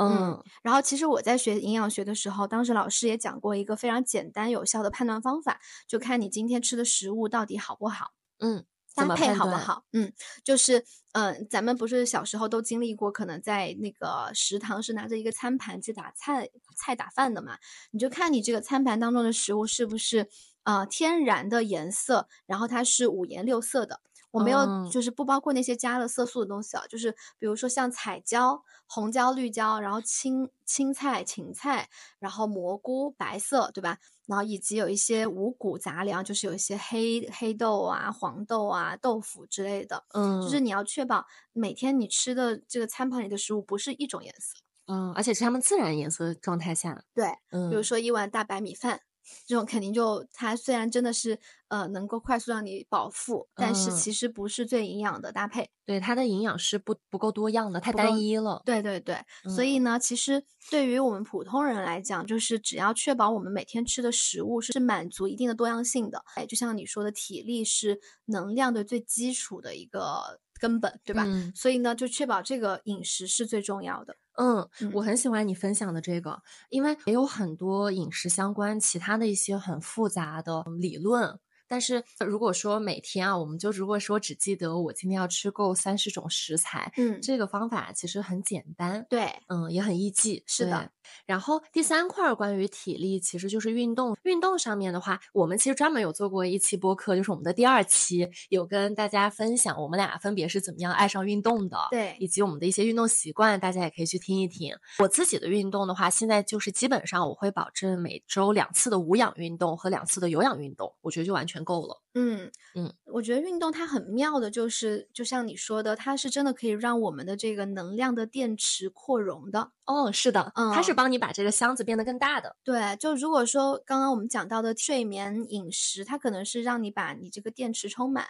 Speaker 3: 嗯
Speaker 2: 然后其实我在学营养学的时候，当时老师也讲过一个非常简单有效的判断方法，就看你今天吃的食物到底好不好。
Speaker 3: 嗯，怎
Speaker 2: 搭
Speaker 3: 么
Speaker 2: 配
Speaker 3: 判
Speaker 2: 好不
Speaker 3: 断？
Speaker 2: 好？嗯，就是，嗯、咱们不是小时候都经历过，可能在那个食堂是拿着一个餐盘去打菜、菜打饭的嘛？你就看你这个餐盘当中的食物是不是呃天然的颜色，然后它是五颜六色的。我没有，
Speaker 3: 嗯
Speaker 2: 就是不包括那些加了色素的东西啊，就是比如说像彩椒、红椒、绿椒，然后青青菜、芹菜，然后蘑菇白色，对吧？然后以及有一些五谷杂粮，就是有一些黑黑豆啊、黄豆啊、豆腐之类的，
Speaker 3: 嗯，
Speaker 2: 就是你要确保每天你吃的这个餐盘里的食物不是一种颜色。
Speaker 3: 嗯，而且是它们自然颜色状态下。
Speaker 2: 对，
Speaker 3: 嗯，
Speaker 2: 比如说一碗大白米饭，这种肯定就它虽然真的是呃能够快速让你饱腹，但是
Speaker 3: 嗯
Speaker 2: 其实不是最营养的搭配。
Speaker 3: 对它的营养是不不够多样的，太
Speaker 2: 不够
Speaker 3: 单一了。
Speaker 2: 对对对，所
Speaker 3: 嗯
Speaker 2: 以呢，其实对于我们普通人来讲，就是只要确保我们每天吃的食物是满足一定的多样性的，哎，就像你说的，体力是能量的最基础的一个根本，对吧？
Speaker 3: 嗯
Speaker 2: 所以呢，就确保这个饮食是最重要的。
Speaker 3: 嗯
Speaker 2: 嗯，
Speaker 3: 我很喜欢你分享的这个，因为也有很多饮食相关其他的一些很复杂的理论。但是如果说每天啊，我们就如果说只记得我今天要吃够三十种食材，
Speaker 2: 嗯，
Speaker 3: 这个方法其实很简单，
Speaker 2: 对，
Speaker 3: 嗯，也很易记。
Speaker 2: 是的
Speaker 3: 对。然后第三块儿关于体力，其实就是运动。运动上面的话，我们其实专门有做过一期播客，就是我们的第二期，有跟大家分享我们俩分别是怎么样爱上运动的。以
Speaker 2: 对，
Speaker 3: 及我们的一些运动习惯，大家也可以去听一听。我自己的运动的话，现在就是基本上我会保证每周两次的无氧运动和两次的有氧运动，我觉得就完全够了。
Speaker 2: 嗯
Speaker 3: 嗯，
Speaker 2: 我觉得运动它很妙的，就是就像你说的，它是真的可以让我们的这个能量的电池扩容的。
Speaker 3: 哦，是的，它是
Speaker 2: 嗯
Speaker 3: 帮你把这个箱子变得更大的。
Speaker 2: 对，就如果说刚刚我们讲到的睡眠、饮食，它可能是让你把你这个电池充满，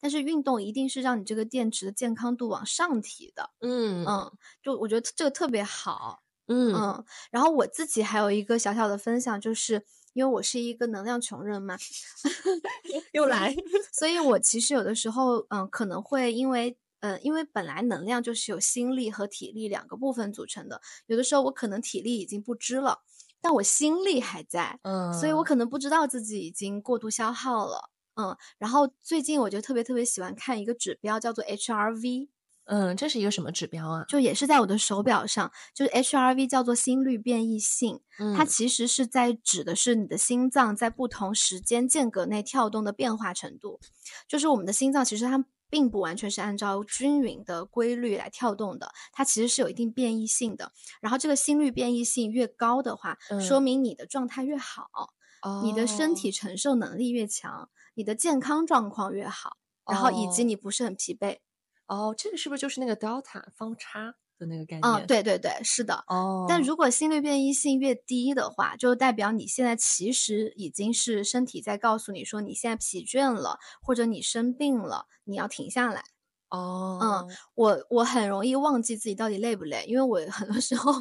Speaker 2: 但是运动一定是让你这个电池的健康度往上提的。
Speaker 3: 嗯
Speaker 2: 嗯，就我觉得这个特别好。
Speaker 3: 嗯
Speaker 2: 嗯，然后我自己还有一个小小的分享，就是因为我是一个能量穷人嘛，
Speaker 3: 又来。
Speaker 2: 所以我其实有的时候，嗯，可能会因为，嗯，因为本来能量就是由心力和体力两个部分组成的，有的时候我可能体力已经不支了，但我心力还在，
Speaker 3: 嗯，
Speaker 2: 所以我可能不知道自己已经过度消耗了。嗯，然后最近我就特别特别喜欢看一个指标，叫做 HRV，
Speaker 3: 嗯，这是一个什么指标啊？
Speaker 2: 就也是在我的手表上，就是 HRV 叫做心率变异性，
Speaker 3: 嗯
Speaker 2: 它其实是在指的是你的心脏在不同时间间隔内跳动的变化程度，就是我们的心脏其实它并不完全是按照均匀的规律来跳动的，它其实是有一定变异性的。然后这个心率变异性越高的话，说
Speaker 3: 嗯
Speaker 2: 明你的状态越好，
Speaker 3: 嗯
Speaker 2: 你的身体
Speaker 3: 哦
Speaker 2: 承受能力越强，你的健康状况越好，然后以及
Speaker 3: 哦
Speaker 2: 你不是很疲惫。
Speaker 3: 哦，这个是不是就是那个 delta 方差的那个概念？
Speaker 2: 嗯，，对对对，是的。
Speaker 3: 哦，
Speaker 2: 但如果心率变异性越低的话，就代表你现在其实已经是身体在告诉你说你现在疲倦了，或者你生病了，你要停下来。
Speaker 3: 哦，
Speaker 2: 我我很容易忘记自己到底累不累，因为我很多时候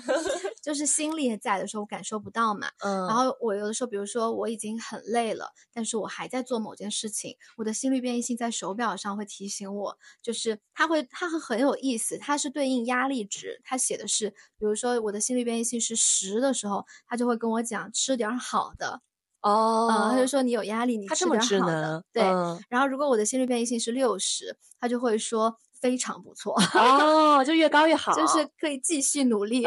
Speaker 2: 就是心力在的时候感受不到嘛。
Speaker 3: 嗯，
Speaker 2: 然后我有的时候，比如说我已经很累了，但是我还在做某件事情，我的心率变异性在手表上会提醒我，就是它会，它会很有意思，它是对应压力值，它写的是，比如说我的心率变异性是十的时候，它就会跟我讲吃点儿好的，
Speaker 3: 哦，
Speaker 2: 嗯，它就说你有压力，你
Speaker 3: 他
Speaker 2: 吃
Speaker 3: 这么
Speaker 2: 点儿
Speaker 3: 智
Speaker 2: 好
Speaker 3: 能
Speaker 2: 的，，对。
Speaker 3: 嗯
Speaker 2: 然后如果我的心率变异性是六十，它就会说非常不错，
Speaker 3: 哦， 就越高越好，
Speaker 2: 就是可以继续努 力，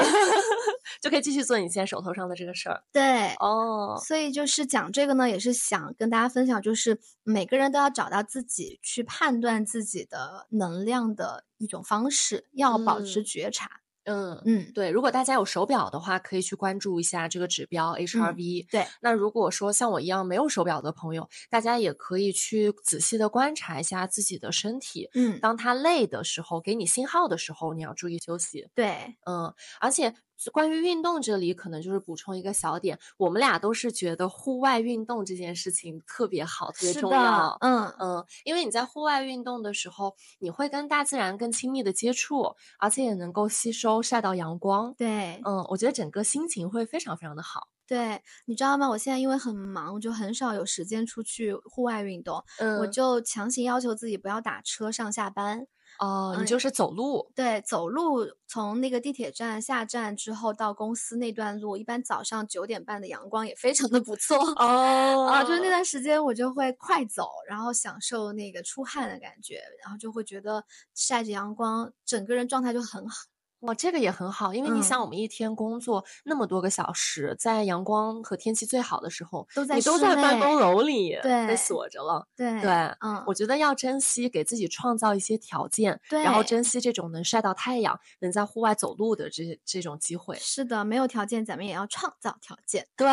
Speaker 3: 就可以继续做你现在手头上的这个事儿。
Speaker 2: 对。
Speaker 3: 哦，
Speaker 2: 所以就是讲这个呢，也是想跟大家分享，就是每个人都要找到自己去判断自己的能量的一种方式，要保持
Speaker 3: 嗯
Speaker 2: 觉察。
Speaker 3: 嗯。
Speaker 2: 嗯，
Speaker 3: 对，如果大家有手表的话，可以去关注一下这个指标 HRV。
Speaker 2: 对，
Speaker 3: 那如果说像我一样没有手表的朋友，大家也可以去仔细的观察一下自己的身体。
Speaker 2: 嗯，
Speaker 3: 当它累的时候，给你信号的时候，你要注意休息。
Speaker 2: 对，
Speaker 3: 嗯，而且是关于运动这里，可能就是补充一个小点，我们俩都是觉得户外运动这件事情特别好，特别
Speaker 2: 是
Speaker 3: 重
Speaker 2: 的
Speaker 3: 要，。
Speaker 2: 嗯，
Speaker 3: 嗯，因为你在户外运动的时候，你会跟大自然更亲密的接触，而且也能够吸收晒到阳光。
Speaker 2: 对，
Speaker 3: 嗯，我觉得整个心情会非常非常的好。
Speaker 2: 对，你知道吗？我现在因为很忙，我就很少有时间出去户外运动，
Speaker 3: 嗯
Speaker 2: 我就强行要求自己不要打车上下班。
Speaker 3: 哦，你
Speaker 2: 嗯
Speaker 3: 就是走路，
Speaker 2: 对，走路从那个地铁站下站之后到公司那段路，一般早上九点半的阳光也非常的不错。
Speaker 3: 哦
Speaker 2: 啊，就是那段时间我就会快走，然后享受那个出汗的感觉，然后就会觉得晒着阳光，整个人状态就很好。
Speaker 3: 哇，这个也很好，因为你
Speaker 2: 嗯
Speaker 3: 想，我们一天工作那么多个小时，在阳光和天气最好的时候，
Speaker 2: 都在
Speaker 3: 你都
Speaker 2: 室
Speaker 3: 在办公
Speaker 2: 内
Speaker 3: 楼里被
Speaker 2: 对
Speaker 3: 锁着了。
Speaker 2: 对
Speaker 3: 对
Speaker 2: 嗯，
Speaker 3: 我觉得要珍惜，给自己创造一些条件，然后
Speaker 2: 对
Speaker 3: 珍惜这种能晒到太阳、能在户外走路的这这种机会。
Speaker 2: 是的，没有条件，咱们也要创造条件。
Speaker 3: 对，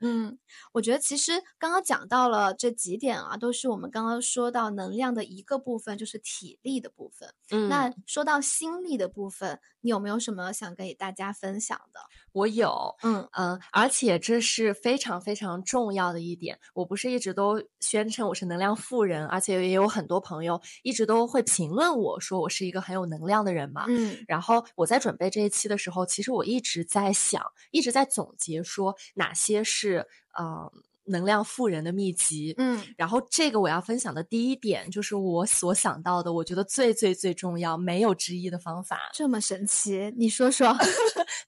Speaker 2: 嗯，我觉得其实刚刚讲到了这几点啊，都是我们刚刚说到能量的一个部分，就是体力的部分。
Speaker 3: 嗯，
Speaker 2: 那说到心力的部分，你有没有什么想给大家分享的？
Speaker 3: 我有，
Speaker 2: 嗯，
Speaker 3: 嗯，而且这是非常非常重要的一点。我不是一直都宣称我是能量富人，而且也有很多朋友一直都会评论我说我是一个很有能量的人嘛。
Speaker 2: 嗯，
Speaker 3: 然后我在准备这一期的时候，其实我一直在想，一直在总结说哪些是呃能量富人的秘籍。
Speaker 2: 嗯，
Speaker 3: 然后这个我要分享的第一点就是我所想到的，我觉得最最最重要、没有之一的方法。
Speaker 2: 这么神奇，你说 说。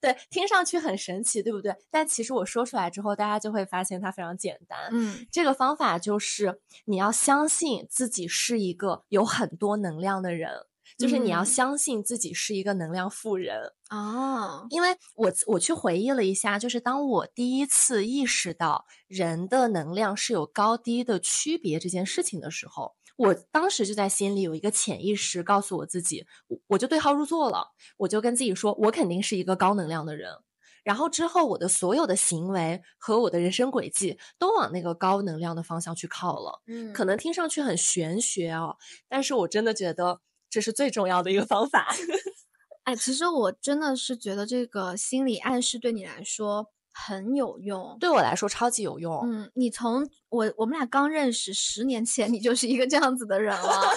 Speaker 3: 对，听上去很神奇，对不对？但其实我说出来之后，大家就会发现它非常简单。
Speaker 2: 嗯
Speaker 3: 这个方法就是你要相信自己是一个有很多能量的人，就是你要
Speaker 2: 嗯
Speaker 3: 相信自己是一个能量富人。
Speaker 2: 哦，
Speaker 3: 因为我我去回忆了一下，就是当我第一次意识到人的能量是有高低的区别这件事情的时候，我当时就在心里有一个潜意识告诉我自己，我我就对号入座了，我就跟自己说，我肯定是一个高能量的人。然后之后，我的所有的行为和我的人生轨迹都往那个高能量的方向去靠了。
Speaker 2: 嗯
Speaker 3: 可能听上去很玄学哦，但是我真的觉得这是最重要的一个方法。
Speaker 2: 哎，其实我真的是觉得这个心理暗示对你来说很有用。
Speaker 3: 对我来说超级有用。
Speaker 2: 嗯，你从我我们俩刚认识十年前，你就是一个这样子的人 了。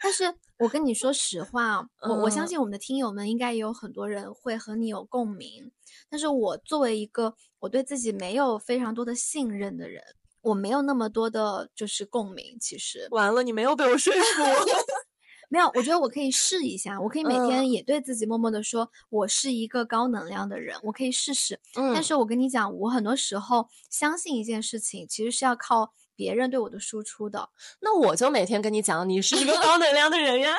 Speaker 2: 但是我跟你说实话，我我相
Speaker 3: 嗯
Speaker 2: 信我们的听友们应该也有很多人会和你有共鸣。但是我作为一个我对自己没有非常多的信任的人，我没有那么多的就是共鸣。其实
Speaker 3: 完了，你没有被我 说服。
Speaker 2: 没有，我觉得我可以试一下，我可以每
Speaker 3: 嗯
Speaker 2: 天也对自己默默的说，我是一个高能量的人，我可以试试。
Speaker 3: 嗯
Speaker 2: 但是我跟你讲，我很多时候相信一件事情，其实是要靠别人对我的输出的。
Speaker 3: 那我就每天跟你讲，你是一个高能量的人 呀。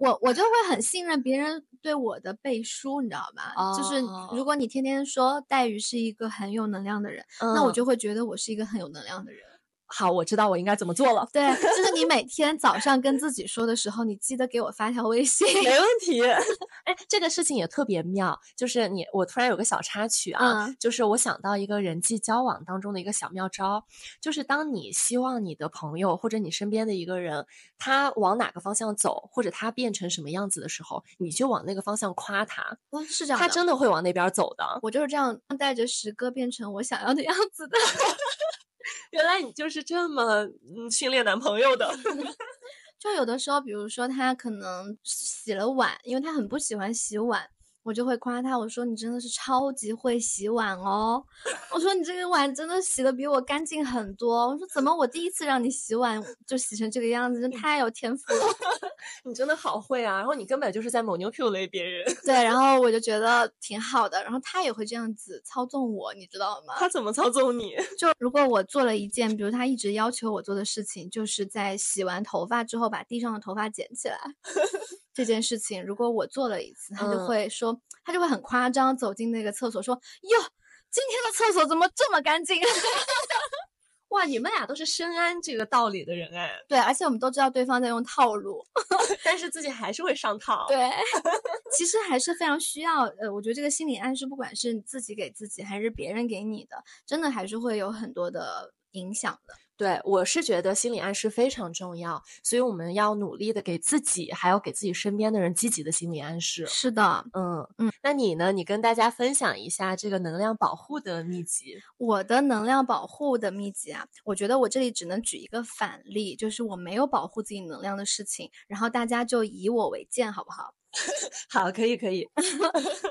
Speaker 2: 我我就会很信任别人对我的背书，你知道吧？就是
Speaker 3: 哦
Speaker 2: 如果你天天说黛玉是一个很有能量的人，那
Speaker 3: 嗯
Speaker 2: 我就会觉得我是一个很有能量的人。
Speaker 3: 好，我知道我应该怎么做 了。
Speaker 2: 对，就是你每天早上跟自己说的时候，你记得给我发条微信。
Speaker 3: 没问题， 哎，这个事情也特别妙，就是你，我突然有个小插曲啊，
Speaker 2: 嗯
Speaker 3: 就是我想到一个人际交往当中的一个小妙招，就是当你希望你的朋友或者你身边的一个人，他往哪个方向走，或者他变成什么样子的时候，你就往那个方向夸他，
Speaker 2: 嗯是这样
Speaker 3: 他
Speaker 2: 的，
Speaker 3: 真的会往那边儿走的。
Speaker 2: 我就是这样带着石哥变成我想要的样子的。
Speaker 3: 原来你就是这么嗯训练男朋友的。
Speaker 2: 就有的时候，比如说他可能洗了碗，因为他很不喜欢洗碗，我就会夸他，我说你真的是超级会洗碗哦，我说你这个碗真的洗的比我干净很多，我说怎么我第一次让你洗碗就洗成这个样子，真太有天赋了。
Speaker 3: 你真的好会啊！然后你根本就是在蒙牛 Q 雷别人，
Speaker 2: 对，然后我就觉得挺好的，然后他也会这样子操纵我，你知道吗？
Speaker 3: 他怎么操纵你？
Speaker 2: 就如果我做了一件，比如他一直要求我做的事情，就是在洗完头发之后把地上的头发捡起来 这件事情，如果我做了一次，他就
Speaker 3: 嗯
Speaker 2: 会说，他就会很夸张走进那个厕所说：“哟，今天的厕所怎么这么干净？”
Speaker 3: 哇，你们俩都是深谙这个道理的人哎，
Speaker 2: 对，而且我们都知道对方在用套路，
Speaker 3: 但是自己还是会上套。，
Speaker 2: 对， 其实还是非常需要。呃，我觉得这个心理暗示，不管是你自己给自己，还是别人给你的，真的还是会有很多的影响的。
Speaker 3: 对我是觉得心理暗示非常重要，所以我们要努力的给自己，还有给自己身边的人积极的心理暗示。
Speaker 2: 是的，
Speaker 3: 嗯
Speaker 2: 嗯，
Speaker 3: 那你呢？你跟大家分享一下这个能量保护的秘籍。
Speaker 2: 我的能量保护的秘籍啊，我觉得我这里只能举一个反例，就是我没有保护自己能量的事情，然后大家就以我为鉴，好不好？
Speaker 3: 好，可以，可以。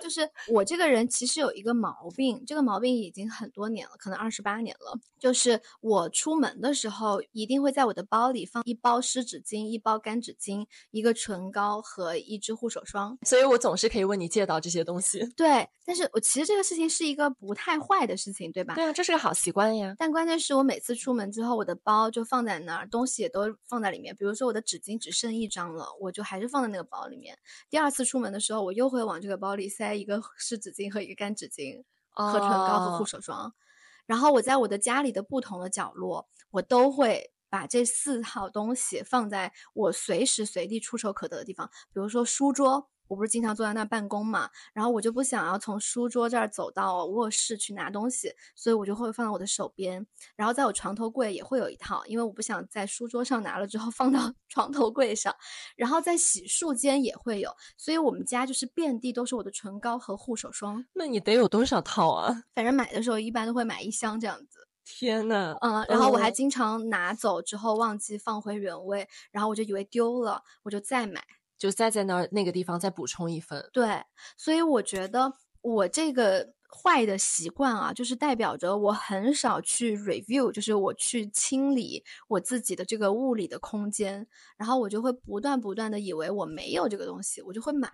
Speaker 2: 就是我这个人其实有一个毛病，这个毛病已经很多年了，可能二十八年了。就是我出门的时候，一定会在我的包里放一包湿纸巾、一包干纸巾、一个唇膏和一支护手霜。
Speaker 3: 所以我总是可以问你借到这些东西。
Speaker 2: 对，但是我其实这个事情是一个不太坏的事情，对吧？
Speaker 3: 对啊，这是个好习惯呀。
Speaker 2: 但关键是我每次出门之后，我的包就放在那儿，东西也都放在里面。比如说我的纸巾只剩一张了，我就还是放在那个包里面。第二次出门的时候，我又会往这个包里塞一个 湿纸巾和一个干纸巾。和唇膏和护
Speaker 3: 哦
Speaker 2: 手霜。然后我在我的家里的不同的角落，我都会把这四套东西放在我随时随地触手可得的地方，比如说书桌。我不是经常坐在那儿办公嘛，然后我就不想要从书桌这儿走到卧室去拿东西，所以我就会放在我的手边，然后在我床头柜也会有一套，因为我不想在书桌上拿了之后 放到床头柜上，然后在洗漱间也会有，所以我们家就是遍地都是我的唇膏和护手霜。
Speaker 3: 那你得有多少套啊？
Speaker 2: 反正买的时候一般都会买一箱这样子，
Speaker 3: 天呐，
Speaker 2: 嗯，然后我还
Speaker 3: 嗯
Speaker 2: 经常拿走之后忘记放回原位，然后我就以为丢了，我就再买。
Speaker 3: 就再在那儿那个地方再补充一份。
Speaker 2: 对，所以我觉得我这个坏的习惯啊，就是代表着我很少去 review，就是我去清理我自己的这个物理的空间，然后我就会不断不断的以为我没有这个东西，我就会买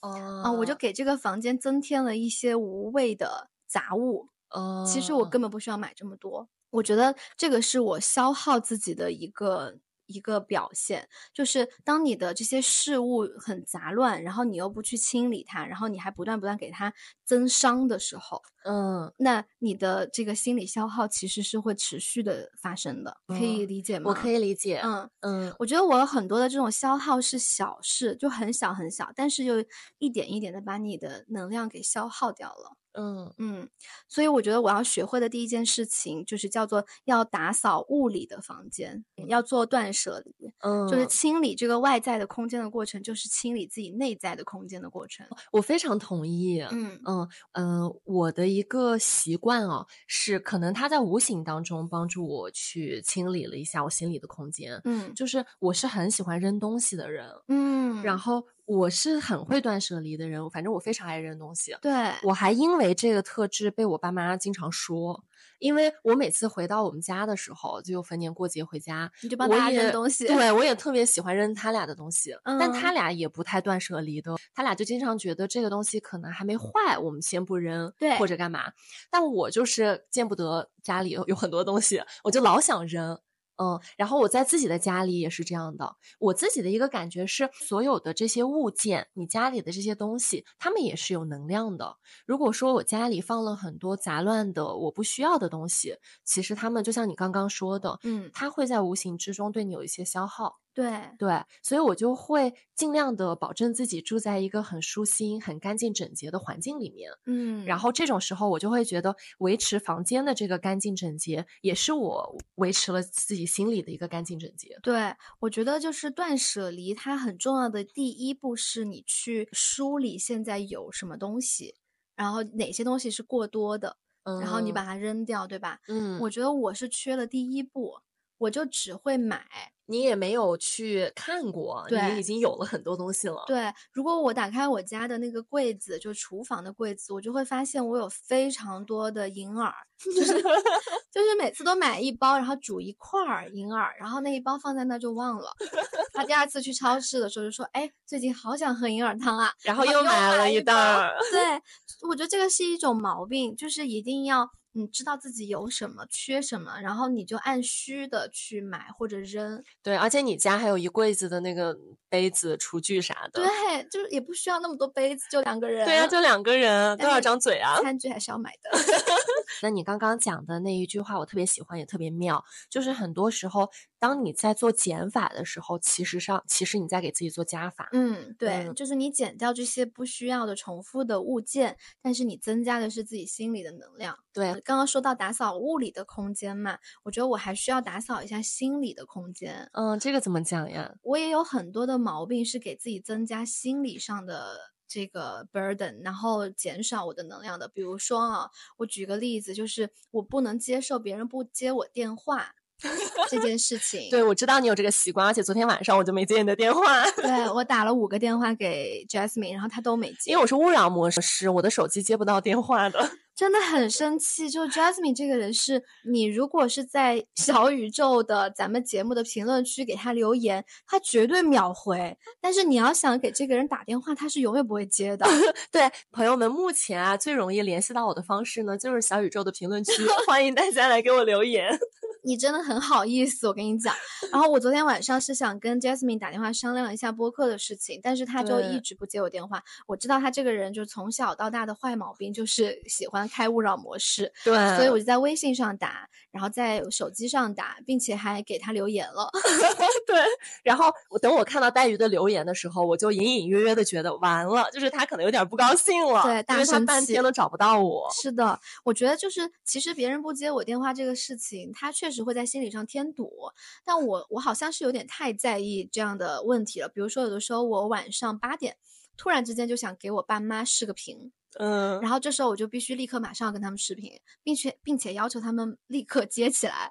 Speaker 3: 哦，
Speaker 2: 啊、我就给这个房间增添了一些无谓的杂物。
Speaker 3: 哦，
Speaker 2: 其实我根本不需要买这么多。我觉得这个是我消耗自己的一个一个表现，就是当你的这些事物很杂乱，然后你又不去清理它，然后你还不断不断给它增伤的时候，
Speaker 3: 嗯，
Speaker 2: 那你的这个心理消耗其实是会持续的发生的，可以
Speaker 3: 嗯
Speaker 2: 理解吗？
Speaker 3: 我可，以理解。
Speaker 2: 嗯。
Speaker 3: 嗯，
Speaker 2: 我觉得我有很多的这种消耗是小事，就很小很小，但是又一点一点的把你的能量给消耗掉了。
Speaker 3: 嗯
Speaker 2: 嗯，所以我觉得我要学会的第一件事情就是叫做要打扫物理的房间，要做断舍离，
Speaker 3: 嗯，
Speaker 2: 就是清理这个外在的空间的过程，就是清理自己内在的空间的过程。
Speaker 3: 我非常同意。
Speaker 2: 嗯
Speaker 3: 嗯呃，我的一个习惯啊，是可能它在无形当中帮助我去清理了一下我心里的空间。
Speaker 2: 嗯
Speaker 3: 就是我是很喜欢扔东西的人，
Speaker 2: 嗯，
Speaker 3: 然
Speaker 2: 后
Speaker 3: 后我是很会断舍离的人，反正我非常爱扔东西。
Speaker 2: 对，
Speaker 3: 我还因为这个特质被我爸妈经常说，因为我每次回到我们家的时候，就逢年过节回家，
Speaker 2: 你就帮
Speaker 3: 我
Speaker 2: 大家
Speaker 3: 也
Speaker 2: 扔东西。
Speaker 3: 对我也特别喜欢扔他俩的东西，但他
Speaker 2: 嗯
Speaker 3: 俩也不太断舍离的，他俩就经常觉得这个东西可能还没坏，我们先不扔，
Speaker 2: 对
Speaker 3: 或者干嘛。但我就是见不得家里有有很多东西，我就老想扔。嗯，然后我在自己的家里也是这样的。我自己的一个感觉是，所有的这些物件，你家里的这些东西，它们也是有能量的。如果说我家里放了很多杂乱的、我不需要的东西，其实它们就像你刚刚说的，
Speaker 2: 嗯，
Speaker 3: 它会在无形之中对你有一些消耗。
Speaker 2: 对，
Speaker 3: 对，所以我就会尽量的保证自己住在一个很舒心、很干净、整洁的环境里面。
Speaker 2: 嗯，
Speaker 3: 然后这种时候，我就会觉得维持房间的这个干净整洁，也是我维持了自己心里的一个干净整洁。
Speaker 2: 对，我觉得就是断舍离，它很重要的第一步是你去梳理现在有什么东西，然后哪些东西是过多的，
Speaker 3: 嗯，
Speaker 2: 然后你把它扔掉，对吧？
Speaker 3: 嗯，
Speaker 2: 我觉得我是缺了第一步，我就只会买，
Speaker 3: 你也没有去看过，
Speaker 2: 对
Speaker 3: 你已经有了很多东西了。
Speaker 2: 对，如果我打开我家的那个柜子，就厨房的柜子，我就会发现我有非常多的银耳，就是 就是每次都买一包，然后煮一块儿银耳，然后那一包放在那儿就忘了。 他第二次去超市的时候就说：“哎，最近好想喝银耳汤啊。”
Speaker 3: 然
Speaker 2: 后
Speaker 3: 后又买了一
Speaker 2: 一
Speaker 3: 袋
Speaker 2: 包
Speaker 3: 儿。
Speaker 2: 对，我觉得这个是一种毛病，就是一定要你知道自己有什么、缺什么，然后你就按需的去买或者扔。
Speaker 3: 对，而且你家还有一柜子的那个杯子、厨具啥的。
Speaker 2: 对，就是也不需要那么多杯子，就两个人。
Speaker 3: 对呀、就两个人，多
Speaker 2: 但
Speaker 3: 少
Speaker 2: 是
Speaker 3: 张嘴啊？
Speaker 2: 餐具还是要买的。
Speaker 3: 那你刚刚讲的那一句话，我特别喜欢，也特别妙。就是很多时候，当你在做减法的时候，其实上其实你在给自己做加法。
Speaker 2: 嗯，对，
Speaker 3: 嗯
Speaker 2: 就是你减掉这些不需要的重复的物件，但是你增加的是自己心里的能量。
Speaker 3: 对
Speaker 2: 呃，刚刚说到打扫物理的空间嘛，我觉得我还需要打扫一下心理的空间。
Speaker 3: 嗯，这个怎么讲呀？
Speaker 2: 我也有很多的毛病是给自己增加心理上的。这个 burden，然后减少我的能量的。比如说啊，我举个例子，就是我不能接受别人不接我电话 这件事情。
Speaker 3: 对，我知道你有这个习惯，而且昨天晚上我就没接你的电话，
Speaker 2: 对我打了五个电话给 Jasmine，然后她都没接。
Speaker 3: 因为我是勿扰模式，我的手机接不到电话的。
Speaker 2: 真的很生气。就 Jasmine 这个人是，你如果是在小宇宙的咱们节目的评论区给他留言，他绝对秒回。但是你要想给这个人打电话，他是永远不会接 的。
Speaker 3: 对，朋友们，目前啊最容易联系到我的方式呢，就是小宇宙的评论区， 欢迎大家来给我留言。
Speaker 2: 你真的很好意思，我跟你讲。然后我昨天晚上是想跟 Jasmine 打电话商量一下播客的事情，但是他就
Speaker 3: 对
Speaker 2: 一直不接我电话。我知道他这个人就是从小到大的坏毛病就是喜欢开勿扰模式，
Speaker 3: 对，
Speaker 2: 所以我就在微信上打，然后在手机上打，并且还给他留言了。
Speaker 3: 对，然后我等我看到带鱼的留言的时候，我就隐隐约约的觉得完了，就是他可能有点不高兴了，
Speaker 2: 对大
Speaker 3: 因为他
Speaker 2: 生
Speaker 3: 半
Speaker 2: 气
Speaker 3: 天都找不到 我。
Speaker 2: 是的，我觉得就是，其实别人不接我电话这个事情，他确实会在心理上添堵。但我我好像是有点太在意这样的问题了。比如说，有的时候我晚上八点突然之间就想给我爸妈视个频，
Speaker 3: 嗯，
Speaker 2: 然后这时候我就必须立刻马上跟他们视频，并且并且要求他们立刻接起 来。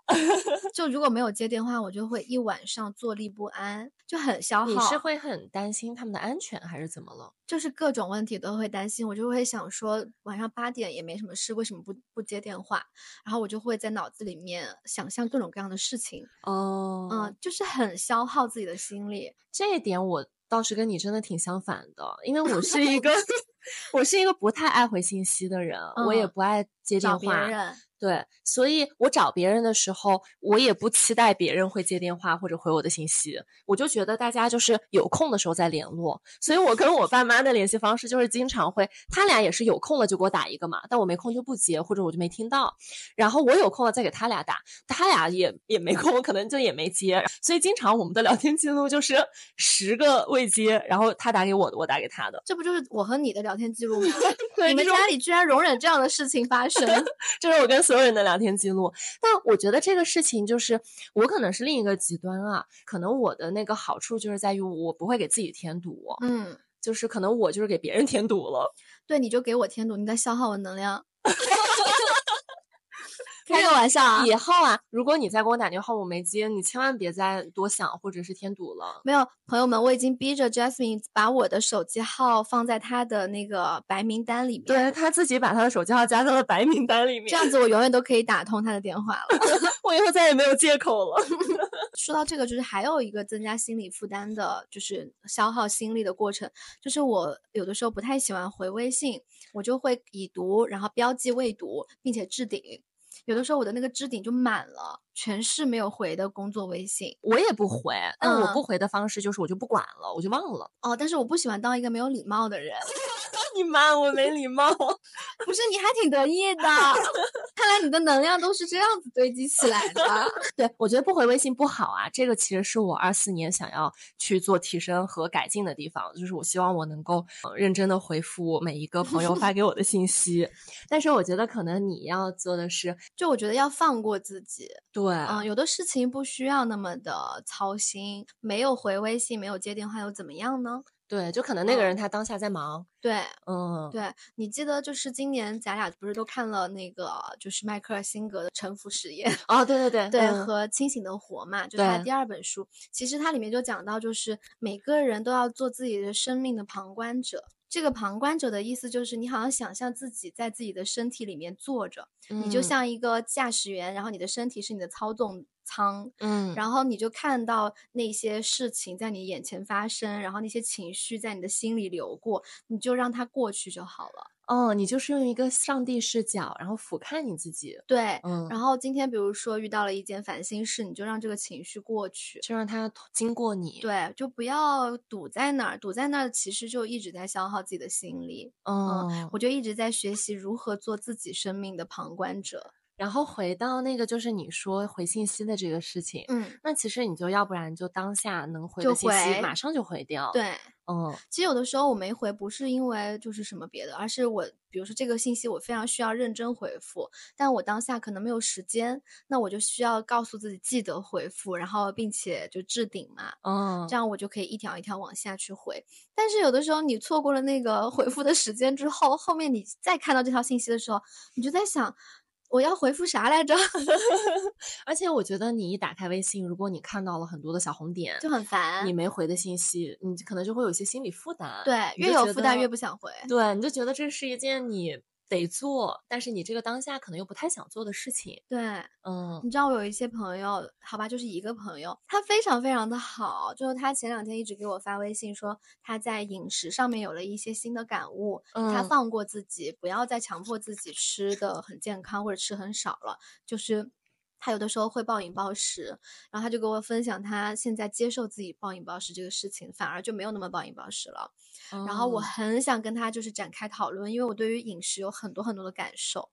Speaker 2: 就如果没有接电话，我就会一晚上坐立不安，就很消耗。
Speaker 3: 你是会很担心他们的安全还是怎么了？
Speaker 2: 就是各种问题都会担心，我就会想说晚上八点也没什么事，为什么不不接电话？然后我就会在脑子里面想象各种各样的事情，
Speaker 3: 哦
Speaker 2: 嗯、就是很消耗自己的心力。
Speaker 3: 这一点我倒是跟你真的挺相反的，因为我是 一个 我是一个不太爱回信息的人，我也
Speaker 2: 嗯
Speaker 3: 不爱接
Speaker 2: 找
Speaker 3: 电
Speaker 2: 别
Speaker 3: 话。
Speaker 2: 人，
Speaker 3: 对，所以我找别人的时候，我也不期待别人会接电话或者回我的信息，我就觉得大家就是有空的时候再联络。所以我跟我爸妈的联系方式就是经常会，他俩也是有空了就给我打一个嘛，但我没空就不接，或者我就没听到。然后我有空了再给他俩打，他俩也也没空，我可能就也没接。所以经常我们的聊天记录就是十个未接，然后他打给我的，我打给他的。
Speaker 2: 这不就是我和你的聊天记录吗？
Speaker 3: 对，
Speaker 2: 你们
Speaker 3: 这种
Speaker 2: 家里居然容忍这样的事情发 生，
Speaker 3: 这是我跟所有人的聊天记录。但我觉得这个事情就是我可能是另一个极端啊，可能我的那个好处就是在于我不会给自己添堵，
Speaker 2: 嗯，
Speaker 3: 就是可能我就是给别人添堵了。
Speaker 2: 对，你就给我添堵，你在消耗我能量。 开个玩笑啊！
Speaker 3: 以后啊，如果你再给我打电话我没接，你千万别再多想或者是添堵了。
Speaker 2: 没有，朋友们，我已经逼着 Jasmine 把我的手机号放在她的那个白名单里面。
Speaker 3: 对他自己把他的手机号加到了白名单里面，
Speaker 2: 这样子我永远都可以打通他的电话了。
Speaker 3: 我以后再也没有借口了。
Speaker 2: 说到这个，就是还有一个增加心理负担的，就是消耗心力的过程，就是我有的时候不太喜欢回微信，我就会已读，然后标记未读，并且置顶。有的时候我的那个置顶就满了，全是没有回的工作微信
Speaker 3: 我也不回，但我
Speaker 2: 嗯
Speaker 3: 不回的方式就是我就不管了，我就忘了。
Speaker 2: 哦。但是我不喜欢当一个没有礼貌的人，
Speaker 3: 你妈，我没礼貌。啊
Speaker 2: 不是你还挺得意的，看来你的能量都是这样子堆积起来的。
Speaker 3: 对，我觉得不回微信不好啊，这个其实是我二四年想要去做提升和改进的地方，就是我希望我能够呃认真的回复每一个朋友发给我的信息。但是我觉得可能你要做的是，
Speaker 2: 就我觉得要放过自己，
Speaker 3: 对，
Speaker 2: 嗯，有的事情不需要那么的操心，没有回微信，没有接电话又怎么样呢？
Speaker 3: 对，就可能那个
Speaker 2: 嗯
Speaker 3: 人他当下在忙，
Speaker 2: 对
Speaker 3: 嗯，
Speaker 2: 对，你记得就是今年咱俩不是都看了那个就是迈克尔辛格的《沉浮实验》
Speaker 3: 哦，对对 对，
Speaker 2: 对，
Speaker 3: 嗯
Speaker 2: 和《清醒的活》嘛，就是他
Speaker 3: 对
Speaker 2: 第二本书。其实它里面就讲到，就是每个人都要做自己的生命的旁观者。这个旁观者的意思就是，你好像想象自己在自己的身体里面坐着，你就
Speaker 3: 嗯
Speaker 2: 像一个驾驶员，然后你的身体是你的操纵舱，
Speaker 3: 嗯，
Speaker 2: 然后你就看到那些事情在你眼前发生，然后那些情绪在你的心里流过，你就让它过去就好了。
Speaker 3: 哦，你就是用一个上帝视角，然后俯瞰你自己，
Speaker 2: 对，
Speaker 3: 嗯，
Speaker 2: 然后今天比如说遇到了一件烦心事，你就让这个情绪过去，
Speaker 3: 就让它经过你，，
Speaker 2: 对，就不要堵在那儿，堵在那儿其实就一直在消耗自己的心力。
Speaker 3: 嗯，
Speaker 2: 我就一直在学习如何做自己生命的旁观者。
Speaker 3: 然后回到那个就是你说回信息的这个事情，
Speaker 2: 嗯，
Speaker 3: 那其实你就要不然就当下能回
Speaker 2: 就
Speaker 3: 的信息
Speaker 2: 回
Speaker 3: 马上就回掉，，
Speaker 2: 对。
Speaker 3: 嗯
Speaker 2: 其实有的时候我没回，不是因为就是什么别的，而是我比如说这个信息我非常需要认真回复，但我当下可能没有时间，那我就需要告诉自己记得回复，然后并且就置顶嘛，
Speaker 3: 嗯，
Speaker 2: 这样 我就可以一条一条往下去回。但是有的时候你错过了那个 回复的时间之后，后面你再看到这条信息的时候，你就在想我要回复啥来着，
Speaker 3: 而且我觉得你一打开微信，如果你看到了很多的小红点，
Speaker 2: 就很烦
Speaker 3: 你。没回的信息，你可能就会有一些心理负担，，
Speaker 2: 对，
Speaker 3: 你
Speaker 2: 越
Speaker 3: 就
Speaker 2: 有
Speaker 3: 觉
Speaker 2: 负担越
Speaker 3: 得
Speaker 2: 不想回。
Speaker 3: 对，你就觉得这是一件你得做，但是你这个当下可能又不太想做的事情，
Speaker 2: 对，
Speaker 3: 嗯
Speaker 2: 你知道我有一些朋友，好吧，就是一个朋友，他非常非常的好，就是他前两天一直给我发微信说他在饮食上面有了一些新的感悟，他
Speaker 3: 嗯
Speaker 2: 放过自己，不要再强迫自己吃的很健康或者吃很少了，就是。他有的时候会暴饮暴食，然后他就给我分享他现在接受自己暴饮暴食这个事情，反而就没有那么暴饮暴食了。然后我
Speaker 3: 嗯
Speaker 2: 很想跟他就是展开讨论，因为我对于饮食有很多很多的感受，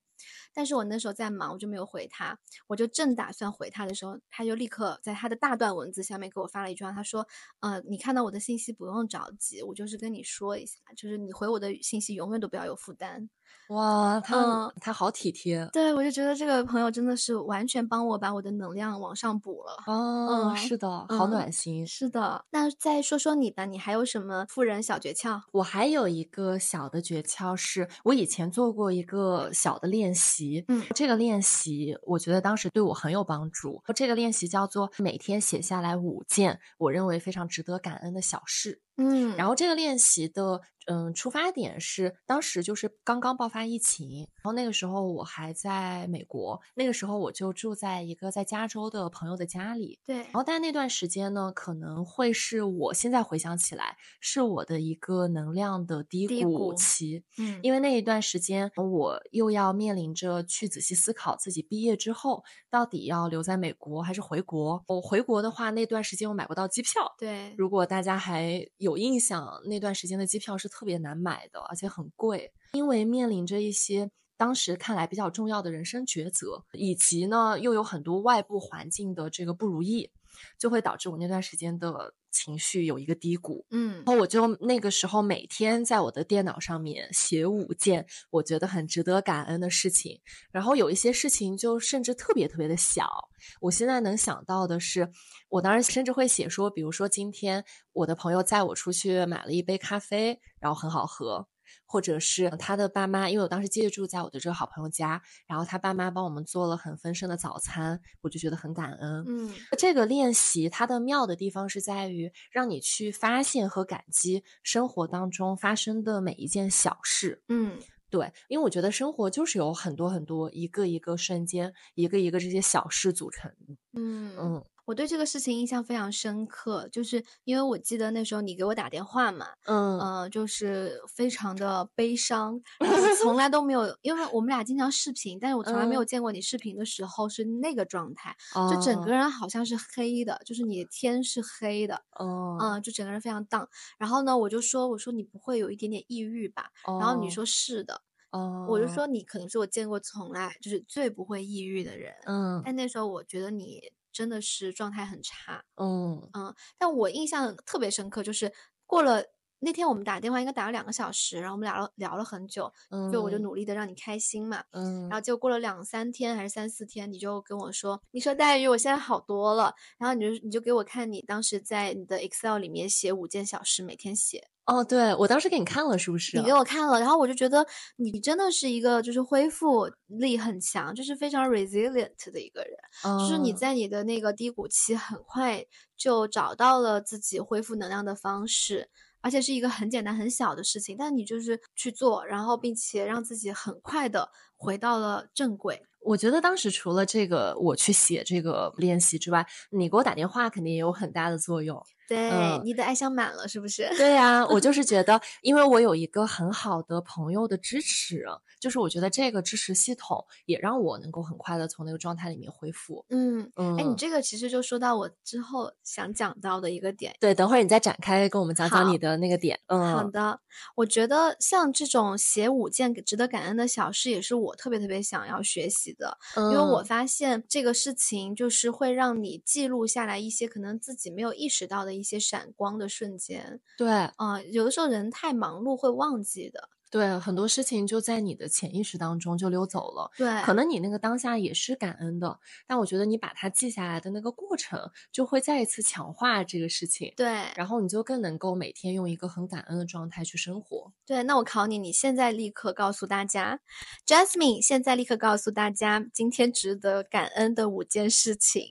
Speaker 2: 但是我那时候在忙，我就没有回他。我就正打算回他的时候，他就立刻在他的大段文字下面给我发了一句话，他说：“呃，你看到我的信息不用着急，我就是跟你说一下，就是你回我的信息永远都不要有负担。
Speaker 3: 哇，他、
Speaker 2: 嗯
Speaker 3: 他好体贴
Speaker 2: 对”我就觉得这个朋友真的是完全帮我把我的能量往上补了。
Speaker 3: 哦，
Speaker 2: 嗯
Speaker 3: 是的，好
Speaker 2: 嗯
Speaker 3: 暖心。
Speaker 2: 是的，那再说说你吧，你还有什么富人小诀窍？
Speaker 3: 我还有一个小的诀窍是，我以前做过一个小的练习，
Speaker 2: 嗯
Speaker 3: 这个练习我觉得当时对我很有帮助。这个练习叫做每天写下来五件我认为非常值得感恩的小事。
Speaker 2: 嗯
Speaker 3: 然后这个练习的嗯出发点是当时就是刚刚爆发疫情，然后那个时候我还在美国，那个时候我就住在一个在加州的朋友的家里，
Speaker 2: 对
Speaker 3: 然，后，但那段时间呢，可能会是我现在回想起来，是我的一个能量的低
Speaker 2: 低谷
Speaker 3: 谷期，
Speaker 2: 嗯
Speaker 3: 因为那一段时间，我又要面临着去仔细思考自己毕业之后到底要留在美国还是回国。我回国的话，那段时间我买不到机票。
Speaker 2: 对，
Speaker 3: 如果大家还有印象，那段时间的机票是特别难买的，而且很贵，因为面临着一些当时看来比较重要的人生抉择，以及呢又有很多外部环境的这个不如意，就会导致我那段时间的情绪有一个低谷。
Speaker 2: 嗯
Speaker 3: 然后我就那个时候每天在我的电脑上面写五件我觉得很值得感恩的事情，然后有一些事情就甚至特别特别的小。我现在能想到的是，我当时甚至会写说，比如说今天我的朋友载我出去买了一杯咖啡，然后很好喝。或者是他的爸妈，因为我当时借住在我的这个好朋友家，然后他爸妈帮我们做了很丰盛的早餐，我就觉得很感恩。
Speaker 2: 嗯
Speaker 3: 这个练习它的妙的地方是在于让你去发现和感激生活当中发生的每一件小事。
Speaker 2: 嗯，
Speaker 3: 对，因为我觉得生活就是有很多很多一个一个瞬间，一个一个这些小事组成的。
Speaker 2: 嗯
Speaker 3: 嗯
Speaker 2: 我对这个事情印象非常深刻，就是因为我记得那时候你给我打电话嘛，
Speaker 3: 嗯
Speaker 2: 呃，就是非常的悲 伤，然后我从来都没有，因为我们俩经常视频，但是我从来没有
Speaker 3: 嗯
Speaker 2: 见过你视频的时候是那个状态，
Speaker 3: 嗯
Speaker 2: 就整个人好像是黑的，就是你的天是黑的，
Speaker 3: 嗯
Speaker 2: 嗯、就整个人非常 down。然后呢，我就说，我说你不会有一点点抑郁吧？然后你说是的，
Speaker 3: 哦，
Speaker 2: 我就说你可能是我见过从来就是最不会抑郁的人。
Speaker 3: 嗯
Speaker 2: 但那时候我觉得你真的是状态很差，
Speaker 3: 嗯
Speaker 2: 嗯，但我印象特别深刻，就是过了那天我们打电话应该打了两个小时，然后我们聊了聊了很久，
Speaker 3: 嗯，
Speaker 2: 就我就努力的让你开心嘛，
Speaker 3: 嗯，
Speaker 2: 然后结果过了两三天还是三四天，你就跟我说，你说黛玉我现在好多了，然后你就你就给我看你当时在你的 Excel 里面写五件小事，每天写，
Speaker 3: 哦，对，我当时给你看了，是不是？啊
Speaker 2: 你给我看了，然后我就觉得你真的是一个就是恢复力很强，就是非常 resilient 的一个人，就是你
Speaker 3: 哦
Speaker 2: 在你的那个低谷期很快就找到了自己恢复能量的方式，而且是一个很简单很小的事情，但你就是去做，然后并且让自己很快的回到了正轨。
Speaker 3: 我觉得当时除了这个我去写这个练习之外，你给我打电话肯定也有很大的作用。
Speaker 2: 对，
Speaker 3: 嗯
Speaker 2: 你的爱上满了是不是？
Speaker 3: 对呀、我就是觉得，因为我有一个很好的朋友的支持，就是我觉得这个支持系统也让我能够很快的从那个状态里面恢复。
Speaker 2: 嗯，
Speaker 3: 嗯，
Speaker 2: 哎，你这个其实就说到我之后想讲到的一个点，
Speaker 3: 对，等会儿你再展开跟我们讲讲
Speaker 2: 好
Speaker 3: 你的那个点。
Speaker 2: 好
Speaker 3: 嗯，
Speaker 2: 的，我觉得像这种写五件值得感恩的小事，也是我特别特别想要学习的，
Speaker 3: 因
Speaker 2: 因为
Speaker 3: 嗯
Speaker 2: 我发现这个事情就是会让你记录下来一些可能自己没有意识到的一些闪光的瞬间。
Speaker 3: 对
Speaker 2: 啊、有的时候人太忙碌会忘记的。
Speaker 3: 对很多事情就在你的潜意识当中就溜走了。
Speaker 2: 对，
Speaker 3: 可能你那个当下也是感恩的，但我觉得你把它记下来的那个过程，就会再一次强化这个事情，
Speaker 2: 对
Speaker 3: 然后你就更能够每天用一个很感恩的状态去生活。
Speaker 2: 对。那我考你，你现在立刻告诉大家，Jasmine，现在立刻告诉大家今天值得感恩的五件事情，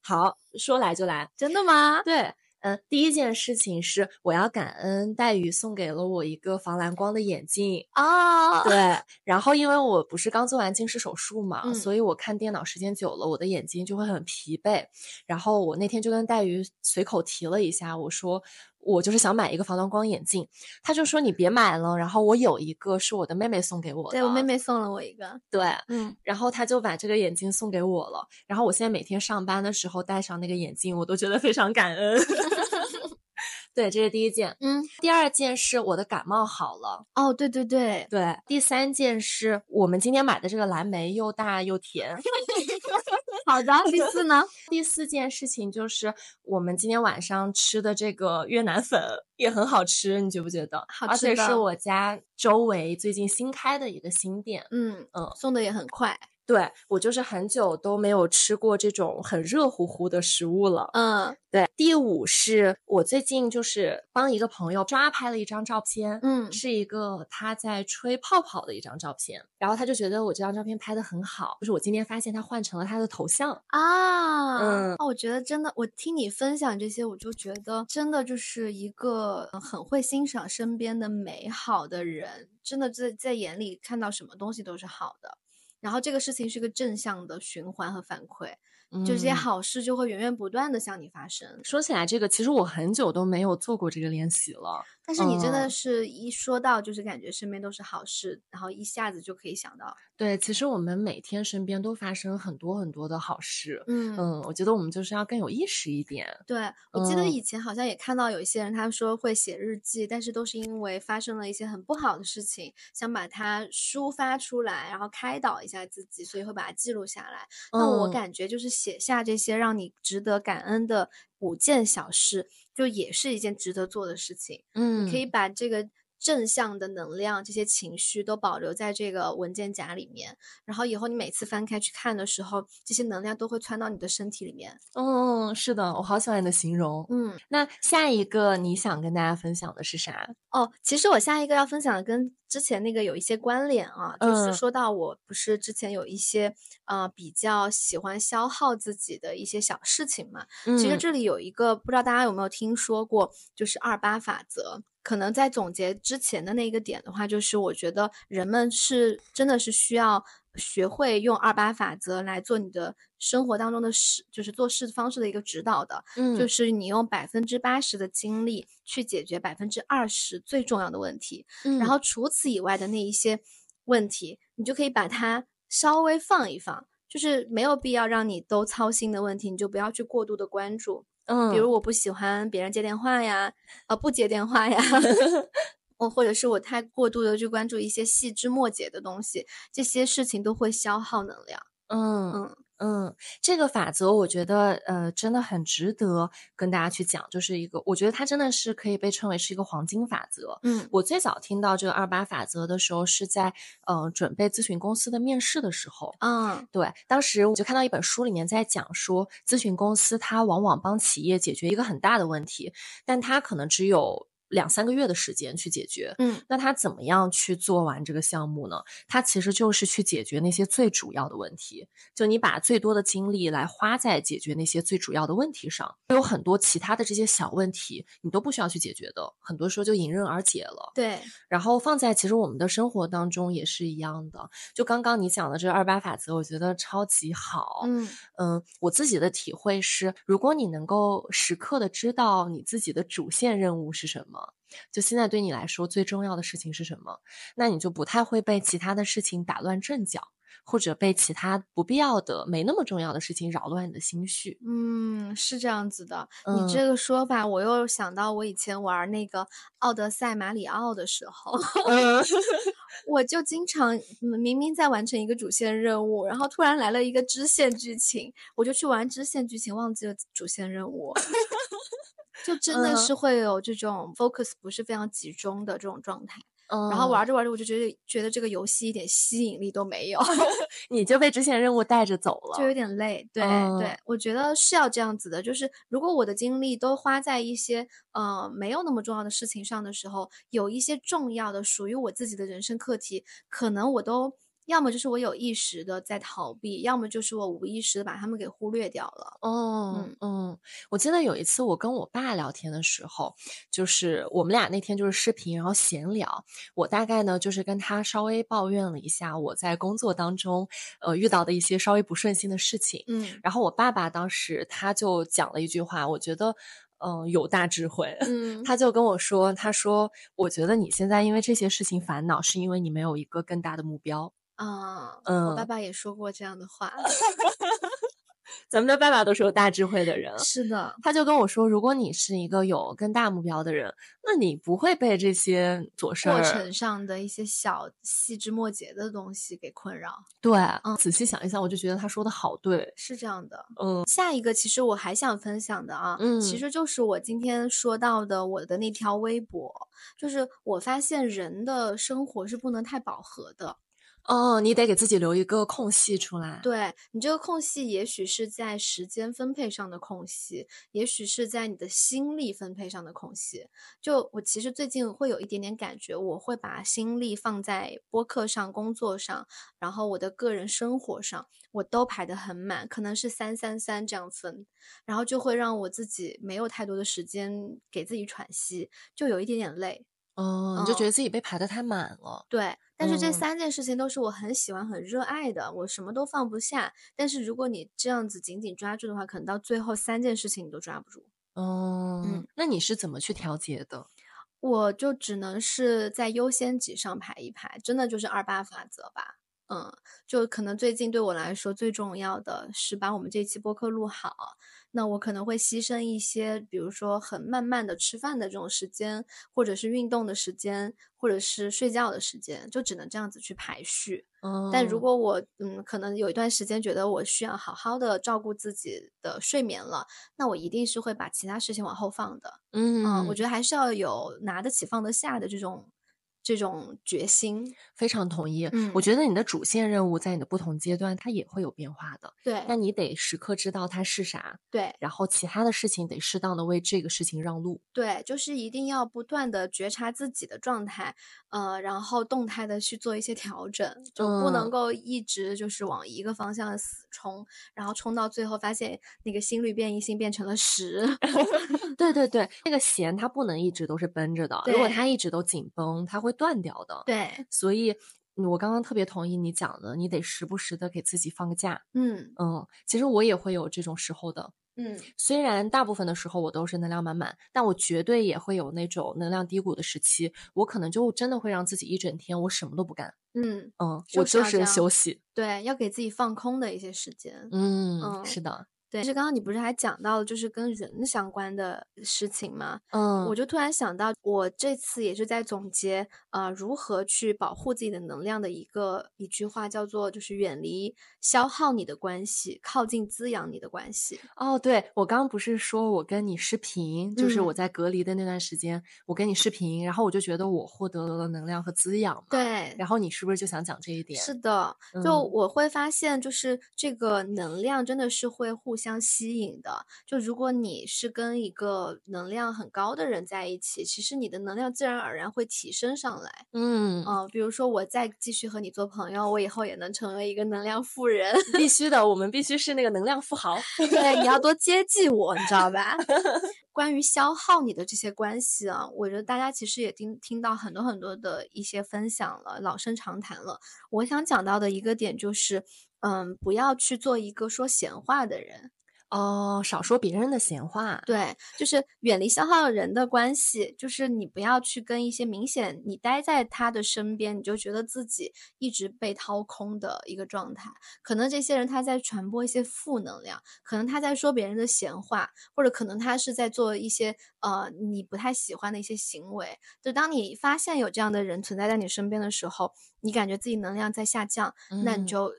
Speaker 3: 好，说来就来。
Speaker 2: 真的吗？
Speaker 3: 对，嗯、第一件事情是我要感恩黛玉送给了我一个防蓝光的眼镜。
Speaker 2: 哦，
Speaker 3: 对，然后因为我不是刚做完近视手术嘛，
Speaker 2: 嗯
Speaker 3: 所以我看电脑时间久了，我的眼睛就会很疲惫。然后我那天就跟黛鱼随口提了一下，我说我就是想买一个防蓝光眼镜，他就说你别买了。然后我有一个是我的妹妹送给我的，
Speaker 2: 对我妹妹送了我一 个，
Speaker 3: 对，
Speaker 2: 嗯，
Speaker 3: 然后他就把这个眼镜送给我了。然后我现在每天上班的时候戴上那个眼镜，我都觉得非常感恩。 对，这是第一件。
Speaker 2: 嗯，
Speaker 3: 第二件是我的感冒好了。
Speaker 2: 哦，对对对，
Speaker 3: 对，第三件是我们今天买的这个蓝莓又大又甜。
Speaker 2: 好的。 第四呢？
Speaker 3: 第四件事情就是我们今天晚上吃的这个越南粉也很好吃，你觉不觉得？
Speaker 2: 好
Speaker 3: 而
Speaker 2: 吃
Speaker 3: 且是
Speaker 2: 的
Speaker 3: 我家周围最近新开的一个新店。
Speaker 2: 嗯
Speaker 3: 嗯
Speaker 2: 送的也很快，
Speaker 3: 对我就是很久都没有吃过这种很热乎乎的食物了。
Speaker 2: 嗯
Speaker 3: 对，第五是我最近就是帮一个朋友抓拍了一张照片，
Speaker 2: 嗯
Speaker 3: 是一个他在吹泡泡的一张照片，然后他就觉得我这张照片拍的很好，就是我今天发现他换成了他的头像，
Speaker 2: 啊，
Speaker 3: 嗯
Speaker 2: 哦，我觉得真的，我听你分享这些，我就觉得真的就是一个呃很会欣赏身边的美好的人，真的在在眼里看到什么东西都是好的。然后这个事情是个正向的循环和反馈，就这些
Speaker 3: 嗯。
Speaker 2: 好事就会源源不断的向你发生。
Speaker 3: 说起来这个，其实我很久都没有做过这个练习了。
Speaker 2: 但是你真的
Speaker 3: 嗯
Speaker 2: 是一说到就是感觉身边都是好事，然后一下子就可以想到，
Speaker 3: 对，其实我们每天身边都发生很多很多的好事。
Speaker 2: 嗯
Speaker 3: 嗯，我觉得我们就是要更有意识一点。
Speaker 2: 对，我记得
Speaker 3: 嗯
Speaker 2: 以前好像也看到有一些人，他说会写日记，但是都是因为发生了一些很不好的事情，想把它抒发出来，然后开导一下自己，所以会把它记录下来。那我
Speaker 3: 嗯
Speaker 2: 感觉就是写下这些让你值得感恩的五件小事，就也是一件值得做的事情。
Speaker 3: 嗯，
Speaker 2: 你可以把这个正向的能量、这些情绪都保留在这个文件夹里面，然后以后你每次翻开去看的时候，这些能量都会窜到你的身体里面。
Speaker 3: 嗯，是的，我好喜欢你的形容。
Speaker 2: 嗯。
Speaker 3: 那下一个你想跟大家分享的是啥？
Speaker 2: 哦，其实我下一个要分享的跟之前那个有一些关联啊，就是
Speaker 3: 嗯
Speaker 2: 说到我不是之前有一些呃比较喜欢消耗自己的一些小事情嘛。其实
Speaker 3: 嗯
Speaker 2: 这里有一个不知道大家有没有听说过，就是二八法则。可能在总结之前的那一个点的话，就是我觉得人们是真的是需要学会用二八法则来做你的生活当中的事，就是做事方式的一个指导的。
Speaker 3: 嗯
Speaker 2: 就是你用百分之八十的精力去解决百分之二十最重要的问题，
Speaker 3: 嗯
Speaker 2: 然后除此以外的那一些问题，你就可以把它稍微放一放，就是没有必要让你都操心的问题，你就不要去过度的关注。
Speaker 3: 嗯，
Speaker 2: 比如我不喜欢别人接电话呀，呃，不接电话呀。 我或者是我太过度的去关注一些细枝末节的东西，这些事情都会消耗能量。
Speaker 3: 嗯
Speaker 2: 嗯
Speaker 3: 嗯，这个法则我觉得呃真的很值得跟大家去讲，就是一个我觉得它真的是可以被称为是一个黄金法则。
Speaker 2: 嗯
Speaker 3: 我最早听到这个二八法则的时候是在呃准备咨询公司的面试的时候，
Speaker 2: 嗯
Speaker 3: 对，当时我就看到一本书里面在讲说，咨询公司它往往帮企业解决一个很大的问题，但它可能只有两三个月的时间去解决。
Speaker 2: 嗯，
Speaker 3: 那他怎么样去做完这个项目呢？他其实就是去解决那些最主要的问题，就你把最多的精力来花在解决那些最主要的问题上，有很多其他的这些小问题你都不需要去解决的，很多时候就迎刃而解了。
Speaker 2: 对，
Speaker 3: 然后放在其实我们的生活当中也是一样的。就刚刚你讲的这二八法则，我觉得超级好。
Speaker 2: 嗯
Speaker 3: 嗯，我自己的体会是，如果你能够时刻的知道你自己的主线任务是什么，就现在对你来说最重要的事情是什么，那你就不太会被其他的事情打乱阵脚，或者被其他不必要的、没那么重要的事情扰乱你的心绪。
Speaker 2: 嗯，是这样子的。
Speaker 3: 嗯
Speaker 2: 你这个说法，我又想到我以前玩儿那个《奥德赛》马里奥的时候，
Speaker 3: 嗯
Speaker 2: 我就经常嗯明明在完成一个主线任务，然后突然来了一个支线剧情，我就去玩支线剧情，忘记了主线任务， 就真的
Speaker 3: 嗯
Speaker 2: 是会有这种 focus 不是非常集中的这种状态。
Speaker 3: 嗯
Speaker 2: 然后玩着玩着，我就觉得觉得这个游戏一点吸引力都没有，
Speaker 3: 你就被支线任务带着走了。
Speaker 2: 就有点累。对、对
Speaker 3: 嗯，
Speaker 2: 我觉得是要这样子的。就是如果我的精力都花在一些呃没有那么重要的事情上的时候，有一些重要的属于我自己的人生课题，可能我都要么就是我有意识的在逃避，要么就是我无意识的把他们给忽略掉了。
Speaker 3: 哦
Speaker 2: 嗯，
Speaker 3: 嗯，我记得有一次我跟我爸聊天的时候，就是我们俩那天就是视频，然后闲聊。我大概呢就是跟他稍微抱怨了一下我在工作当中呃遇到的一些稍微不顺心的事情。
Speaker 2: 嗯
Speaker 3: 然后我爸爸当时他就讲了一句话，我觉得嗯、呃有大智慧。
Speaker 2: 嗯，
Speaker 3: 他就跟我说，他说我觉得你现在因为这些事情烦恼，是因为你没有一个更大的目标。
Speaker 2: 啊、我爸
Speaker 3: 嗯，
Speaker 2: 爸也说过这样的 话，
Speaker 3: 咱们的爸爸都是有大智慧的人。啊
Speaker 2: 是的，
Speaker 3: 他就跟我说，如果你是一个有更大目标的人，那你不会被这些琐事
Speaker 2: 过
Speaker 3: 儿。
Speaker 2: 程上的一些小细枝末节的东西给困扰，
Speaker 3: 对，
Speaker 2: 嗯
Speaker 3: 仔细想一想，我就觉得他说的好对。
Speaker 2: 是这样的。
Speaker 3: 嗯
Speaker 2: 下一个其实我还想分享的啊，其
Speaker 3: 嗯
Speaker 2: 实就是我今天说到的我的那条微博，就是我发现人的生活是不能太饱和的。
Speaker 3: 哦，你得给自己留一个空隙出来。
Speaker 2: 对你这个空隙，也许是在时间分配上的空隙，也许是在你的心力分配上的空隙。就我其实最近会有一点点感觉，我会把心力放在播客上、工作上，然后我的个人生活上，我都排得很满，可能是三三三这样分，然后就会让我自己没有太多的时间给自己喘息，就有一点点累。
Speaker 3: 哦，你就觉
Speaker 2: 嗯
Speaker 3: 得自己被排的太满了。
Speaker 2: 对，但是这
Speaker 3: 嗯
Speaker 2: 三件事情都是我很喜欢、很热爱的，我什么都放不下。但是如果你这样子紧紧抓住的话，可能到最后三件事情你都抓不住。
Speaker 3: 嗯，那你是怎么去调节的？
Speaker 2: 我就只能是在优先级上排一排，真的就是二八法则吧。嗯，就可能最近对我来说最重要的是把我们这期播客录好。那我可能会牺牲一些，比如说很慢慢的吃饭的这种时间，或者是运动的时间，或者是睡觉的时间，就只能这样子去排序。
Speaker 3: 嗯，
Speaker 2: 但如果我嗯，可能有一段时间觉得我需要好好的照顾自己的睡眠了，那我一定是会把其他事情往后放的。
Speaker 3: 嗯，
Speaker 2: 嗯，我觉得还是要有拿得起放得下的这种这种决心。
Speaker 3: 非常同意。
Speaker 2: 嗯
Speaker 3: 我觉得你的主线任务在你的不同阶段，它也会有变化的。
Speaker 2: 对
Speaker 3: 但你得时刻知道它是啥，
Speaker 2: 对
Speaker 3: 然后其他的事情得适当的为这个事情让路。
Speaker 2: 对，就是一定要不断的觉察自己的状态，呃，然后动态的去做一些调整，就不能
Speaker 3: 嗯
Speaker 2: 够一直就是往一个方向死冲，然后冲到最后发现那个心率变异性变成了十。
Speaker 3: 对对对，那个弦它不能一直都是绷着的，如果
Speaker 2: 对
Speaker 3: 它一直都紧绷，它会断掉的。
Speaker 2: 对，
Speaker 3: 所以嗯我刚刚特别同意你讲的，你得时不时的给自己放个假。
Speaker 2: 嗯
Speaker 3: 嗯，其实我也会有这种时候的。
Speaker 2: 嗯。
Speaker 3: 虽然大部分的时候我都是能量满满，但我绝对也会有那种能量低谷的时期。我可能就真的会让自己一整天我什么都不干，
Speaker 2: 嗯，
Speaker 3: 嗯，
Speaker 2: 就
Speaker 3: 我
Speaker 2: 是
Speaker 3: 就
Speaker 2: 要这
Speaker 3: 是
Speaker 2: 样
Speaker 3: 休息。
Speaker 2: 对，要给自己放空的一些时间。
Speaker 3: 嗯，
Speaker 2: 嗯
Speaker 3: 是的，
Speaker 2: 对，就是刚刚你不是还讲到了就是跟人相关的事情吗？
Speaker 3: 嗯，
Speaker 2: 我就突然想到，我这次也是在总结，呃，如何去保护自己的能量的一个一句话，叫做就是远离消耗你的关系，靠近滋养你的关系。
Speaker 3: 哦，对，我刚刚不是说我跟你视频，就是我
Speaker 2: 嗯
Speaker 3: 在隔离的那段时间，我跟你视频，然后我就觉得我获得了能量和滋养嘛。。
Speaker 2: 对，
Speaker 3: 然后你是不是就想讲这一点？
Speaker 2: 是的，就
Speaker 3: 嗯
Speaker 2: 我会发现，就是这个能量真的是会互相吸引的。就如果你是跟一个能量很高的人在一起，其实你的能量自然而然会提升上来。
Speaker 3: 嗯，
Speaker 2: 嗯、比如说我再继续和你做朋友，我以后也能成为一个能量富人。
Speaker 3: 必须的，我们必须是那个能量富豪。
Speaker 2: 对，你要多接近我，你知道吧？ 关于消耗你的这些关系啊，我觉得大家其实也听听到很多很多的一些分享了，老生常谈了。我想讲到的一个点就是，嗯，不要去做一个说闲话的人。
Speaker 3: 哦，少说别人的闲话。
Speaker 2: 对，就是远离消耗人的关系，就是你不要去跟一些明显你待在他的身边，你就觉得自己一直被掏空的一个状态。可能这些人他在传播一些负能量，可能他在说别人的闲话，或者可能他是在做一些呃你不太喜欢的一些行为。就当你发现有这样的人存在在你身边的时候，你感觉自己能量在下降，那
Speaker 3: 嗯
Speaker 2: 你就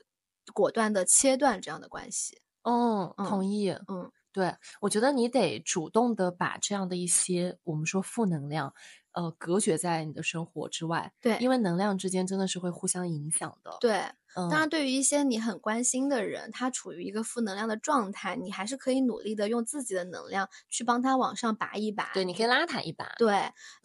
Speaker 2: 果断的切断这样的关系。
Speaker 3: 哦，同
Speaker 2: 嗯
Speaker 3: 意。
Speaker 2: 嗯，
Speaker 3: 对，我觉得你得主动的把这样的一些我们说负能量，呃，隔绝在你的生活之外，
Speaker 2: 对，
Speaker 3: 因为能量之间真的是会互相影响的。，
Speaker 2: 对。
Speaker 3: 嗯、
Speaker 2: 当然，对于一些你很关心的人，他处于一个负能量的状态，你还是可以努力的用自己的能量去帮他往上拔一拔。
Speaker 3: 对，你可以拉他一把。
Speaker 2: 对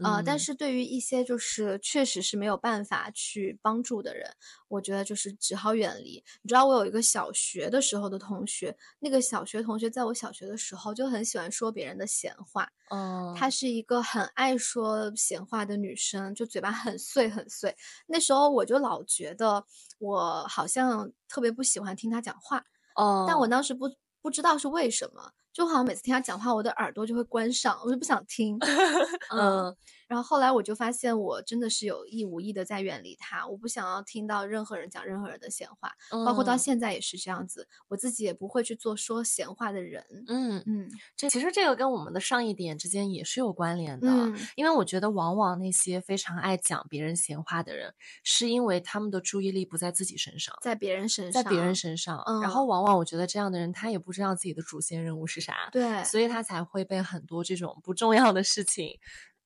Speaker 2: 呃，但
Speaker 3: 嗯
Speaker 2: 是对于一些就是确实是没有办法去帮助的人，我觉得就是只好远离。你知道，我有一个小学的时候的同学，那个小学同学在我小学的时候就很喜欢说别人的闲话，
Speaker 3: 嗯，
Speaker 2: 她是一个很爱说闲话的女生，就嘴巴很碎很碎。那时候我就老觉得我好像特别不喜欢听她讲话，
Speaker 3: 哦，
Speaker 2: 但我当时不不知道是为什么，就好像每次听她讲话，我的耳朵就会关上，我就不想 听。嗯，
Speaker 3: 嗯
Speaker 2: 然后后来我就发现，我真的是有意无意的在远离她，我不想要听到任何人讲任何人的闲话，包括到
Speaker 3: 嗯
Speaker 2: 现在也是这样子，我自己也不会去做说闲话的人。
Speaker 3: 嗯，
Speaker 2: 嗯
Speaker 3: 这其实这个跟我们的上一点之间也是有关联的，
Speaker 2: 嗯，
Speaker 3: 因为我觉得往往那些非常爱讲别人闲话的人，是因为他们的注意力不在自己身上。
Speaker 2: 在别人身
Speaker 3: 在
Speaker 2: 上，
Speaker 3: 别人身上，然后
Speaker 2: 嗯
Speaker 3: 往往我觉得这样的人，他也不知道自己的主线任务是啥，
Speaker 2: 对，
Speaker 3: 所以他才会被很多这种不重要的事情，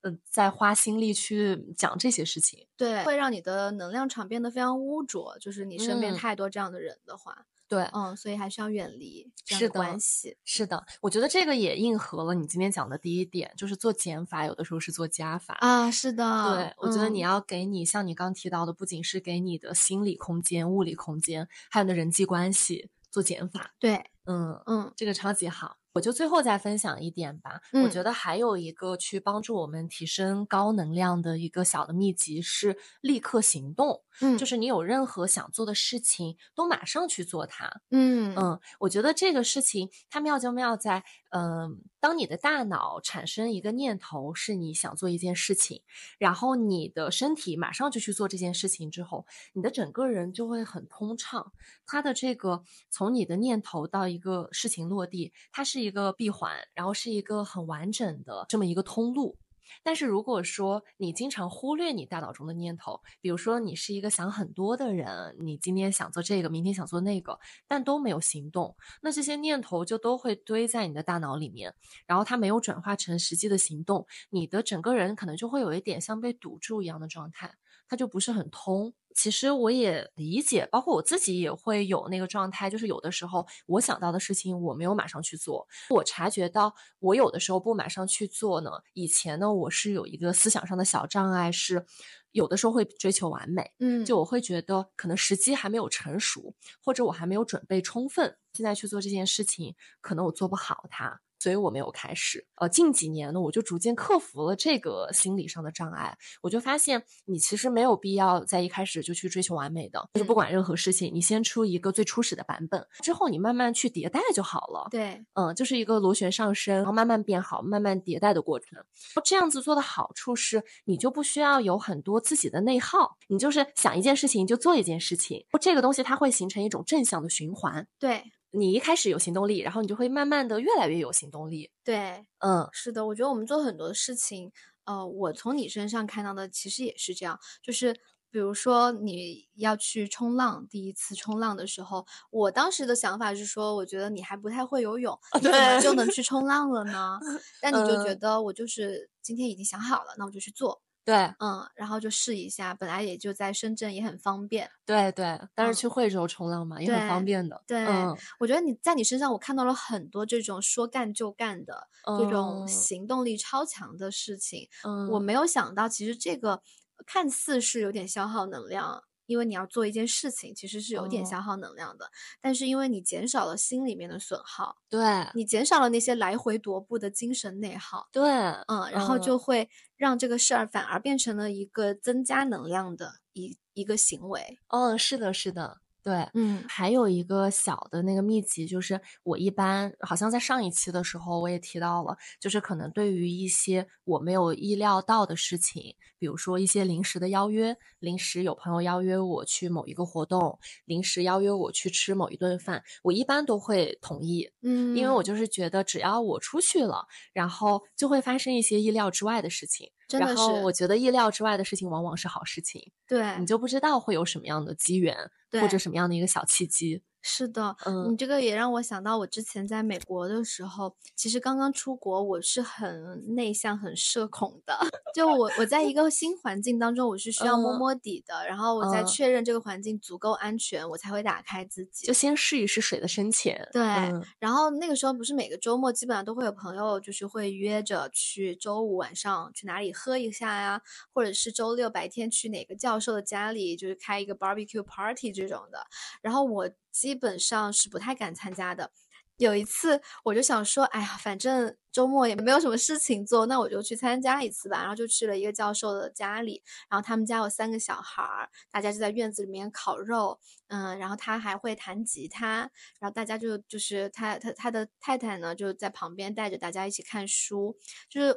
Speaker 3: 嗯、在花心力去讲这些事情。
Speaker 2: 对，会让你的能量场变得非常污浊，就是你身边
Speaker 3: 嗯
Speaker 2: 太多这样的人的话，
Speaker 3: 对，
Speaker 2: 嗯，所以还是要远离这样
Speaker 3: 是
Speaker 2: 的
Speaker 3: 的
Speaker 2: 关系。
Speaker 3: 是的，我觉得这个也应和了你今天讲的第一点，就是做减法，有的时候是做加法。
Speaker 2: 啊，是的，
Speaker 3: 对，我觉得你
Speaker 2: 嗯
Speaker 3: 要给你像你刚提到的，不仅是给你的心理空间、物理空间，还有你的人际关系做减法。
Speaker 2: 对，
Speaker 3: 嗯，
Speaker 2: 嗯
Speaker 3: 这个超级好。我就最后再分享一点吧，我觉
Speaker 2: 嗯
Speaker 3: 得还有一个去帮助我们提升高能量的一个小的秘籍是立刻行动，
Speaker 2: 嗯，
Speaker 3: 就是你有任何想做的事情都马上去做它。
Speaker 2: 嗯
Speaker 3: 嗯，我觉得这个事情它妙就妙在，嗯、当你的大脑产生一个念头是你想做一件事情，然后你的身体马上就去做这件事情之后，你的整个人就会很通畅。它的这个从你的念头到一个事情落地，它是一个闭环，然后是一个很完整的这么一个通路。但是如果说你经常忽略你大脑中的念头，比如说你是一个想很多的人，你今天想做这个，明天想做那个，但都没有行动，那这些念头就都会堆在你的大脑里面，然后它没有转化成实际的行动，你的整个人可能就会有一点像被堵住一样的状态，它就不是很通。其实我也理解，包括我自己也会有那个状态，就是有的时候我想到的事情我没有马上去做，我察觉到我有的时候不马上去做呢，以前呢我是有一个思想上的小障碍，是有的时候会追求完美，
Speaker 2: 嗯
Speaker 3: 就我会觉得可能时机还没有成熟，或者我还没有准备充分，现在去做这件事情，可能我做不好它，所以我没有开始。呃，近几年呢，我就逐渐克服了这个心理上的障碍，我就发现你其实没有必要在一开始就去追求完美的，就是不
Speaker 2: 嗯
Speaker 3: 管任何事情，你先出一个最初始的版本，之后你慢慢去迭代就好了。
Speaker 2: 对，
Speaker 3: 嗯，就是一个螺旋上升，然后慢慢变好，慢慢迭代的过程。这样子做的好处是，你就不需要有很多自己的内耗，你就是想一件事情就做一件事情，这个东西它会形成一种正向的循环。
Speaker 2: 对，
Speaker 3: 你一开始有行动力，然后你就会慢慢的越来越有行动力。
Speaker 2: 对，
Speaker 3: 嗯
Speaker 2: 是的，我觉得我们做很多事情，呃，我从你身上看到的其实也是这样，就是比如说你要去冲浪，第一次冲浪的时候，我当时的想法是说，我觉得你还不太会游泳，你怎么 就能去冲浪了呢？但你就觉
Speaker 3: 哦嗯
Speaker 2: 得我就是今天已经想好了，那我就去做。
Speaker 3: 对
Speaker 2: 嗯，然后就试一下，本来也就在深圳，也很方便。
Speaker 3: 对对，但
Speaker 2: 嗯
Speaker 3: 是去惠州冲浪嘛，也很方
Speaker 2: 对
Speaker 3: 便的。
Speaker 2: 对
Speaker 3: 嗯，
Speaker 2: 我觉得你在你身上，我看到了很多这种说干就干的、这种
Speaker 3: 嗯
Speaker 2: 行动力超强的事情。
Speaker 3: 嗯
Speaker 2: 我没有想到，其实这个看似是有点消耗能量，因为你要做一件事情，其实是有点
Speaker 3: 哦
Speaker 2: 消耗能量的。但是因为你减少了心里面的损耗，
Speaker 3: 对
Speaker 2: 你减少了那些来回踱步的精神内耗，
Speaker 3: 对，
Speaker 2: 嗯，然后
Speaker 3: 嗯
Speaker 2: 就会让这个事儿反而变成了一个增加能量的一一个行为。
Speaker 3: 嗯，是的，是的，对。
Speaker 2: 嗯
Speaker 3: 还有一个小的那个秘籍，就是我一般好像在上一期的时候我也提到了，就是可能对于一些我没有意料到的事情，比如说一些临时的邀约，临时有朋友邀约我去某一个活动，临时邀约我去吃某一顿饭，我一般都会同意，
Speaker 2: 嗯，
Speaker 3: 因为我就是觉得只要我出去了，然后就会发生一些意料之外的事情，
Speaker 2: 真
Speaker 3: 然
Speaker 2: 的
Speaker 3: 后我
Speaker 2: 是
Speaker 3: 觉得意料之外的事情往往是好事情。
Speaker 2: 对
Speaker 3: 你就不知道会有什么样的机缘，
Speaker 2: 对
Speaker 3: 或者什么样的一个小契机。
Speaker 2: 是的，
Speaker 3: 嗯
Speaker 2: 你这个也让我想到，我之前在美国的时候，其实刚刚出国，我是很内向、很社恐的。 就我我在一个新环境当中，我是需要摸
Speaker 3: 嗯
Speaker 2: 摸底的，然后我在
Speaker 3: 嗯
Speaker 2: 确认这个环境足够安全，我才会打开自己。
Speaker 3: 就先试一试水的深浅。
Speaker 2: 对
Speaker 3: 嗯
Speaker 2: 然后那个时候不是每个周末基本上都会有朋友，就是会约着去周五晚上去哪里喝一下呀，或者是周六白天去哪个教授的家里，就是开一个 barbecue party 这种的。然后我基本上是不太敢参加的。有一次我就想说，哎呀，反正周末也没有什么事情做，那我就去参加一次吧。然后就去了一个教授的家里，然后他们家有三个小孩儿，大家就在院子里面烤肉，嗯，然后他还会弹吉他，然后大家就就是他他他的太太呢，就在旁边带着大家一起看书，就是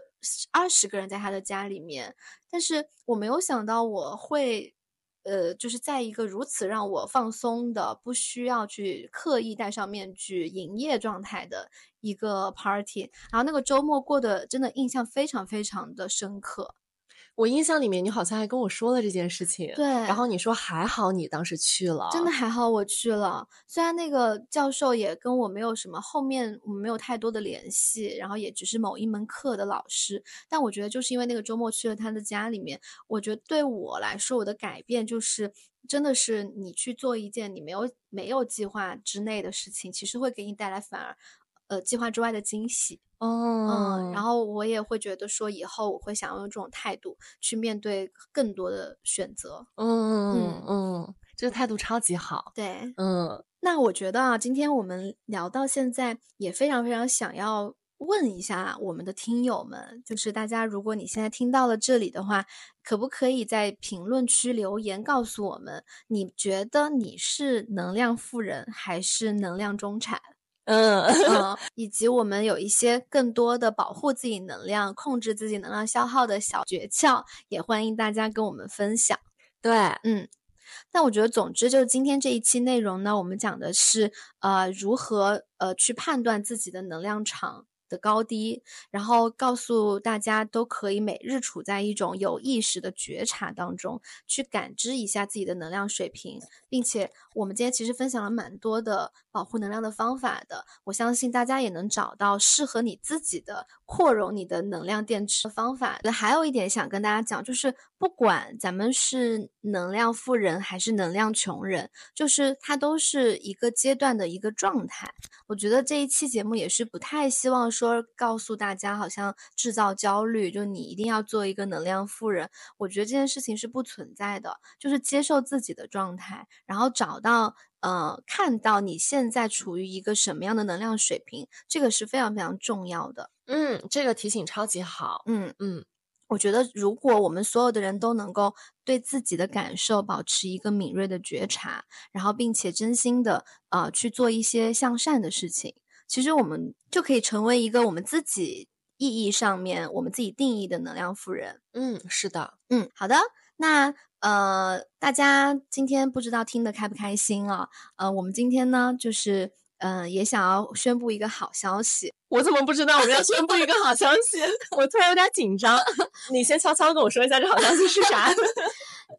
Speaker 2: 二十个人在他的家里面。但是我没有想到我会，呃，就是在一个如此让我放松的，不需要去刻意戴上面具营业状态的一个 party。然后那个周末过得真的印象非常非常的深刻。
Speaker 3: 我印象里面，你好像还跟我说了这件事情。
Speaker 2: 对，
Speaker 3: 然后你说还好你当时去了，
Speaker 2: 真的还好我去了，虽然那个教授也跟我没有什么后面我们没有太多的联系，然后也只是某一门课的老师，但我觉得就是因为那个周末去了他的家里面，我觉得对我来说我的改变就是真的是你去做一件你没有没有计划之内的事情，其实会给你带来反而呃计划之外的惊喜。
Speaker 3: 嗯
Speaker 2: 嗯，然后我也会觉得说以后我会想要用这种态度去面对更多的选择。
Speaker 3: 嗯
Speaker 2: 嗯
Speaker 3: 嗯嗯，这个态度超级好。
Speaker 2: 对，
Speaker 3: 嗯，
Speaker 2: 那我觉得啊，今天我们聊到现在，也非常非常想要问一下啊我们的听友们，就是大家，如果你现在听到了这里的话，可不可以在评论区留言告诉我们，你觉得你是能量富人还是能量中产？
Speaker 3: 嗯，
Speaker 2: 嗯，以及我们有一些更多的保护自己能量、控制自己能量消耗的小诀窍，也欢迎大家跟我们分享。
Speaker 3: 对，
Speaker 2: 嗯，但我觉得，总之就是今天这一期内容呢，我们讲的是呃如何呃去判断自己的能量场的高低，然后告诉大家都可以每日处在一种有意识的觉察当中，去感知一下自己的能量水平，并且我们今天其实分享了蛮多的保护能量的方法的，我相信大家也能找到适合你自己的扩容你的能量电池的方法。还有一点想跟大家讲，就是不管咱们是能量富人还是能量穷人，就是它都是一个阶段的一个状态。我觉得这一期节目也是不太希望说告诉大家，好像制造焦虑，就你一定要做一个能量富人。我觉得这件事情是不存在的，就是接受自己的状态，然后找到呃，看到你现在处于一个什么样的能量水平，这个是非常非常重要的。
Speaker 3: 嗯，这个提醒超级好。
Speaker 2: 嗯，
Speaker 3: 嗯
Speaker 2: 我觉得如果我们所有的人都能够对自己的感受保持一个敏锐的觉察，然后并且真心的呃去做一些向善的事情，其实我们就可以成为一个我们自己意义上面我们自己定义的能量富人。
Speaker 3: 嗯，是的，
Speaker 2: 嗯，好的，那呃，大家今天不知道听得开不开心啊？呃，我们今天呢，就是嗯，也想要宣布一个好消息。
Speaker 3: 我怎么不知道我们要宣布一个好消息？ 我突然有点紧 张。你先悄悄跟我说一下这好消息是啥？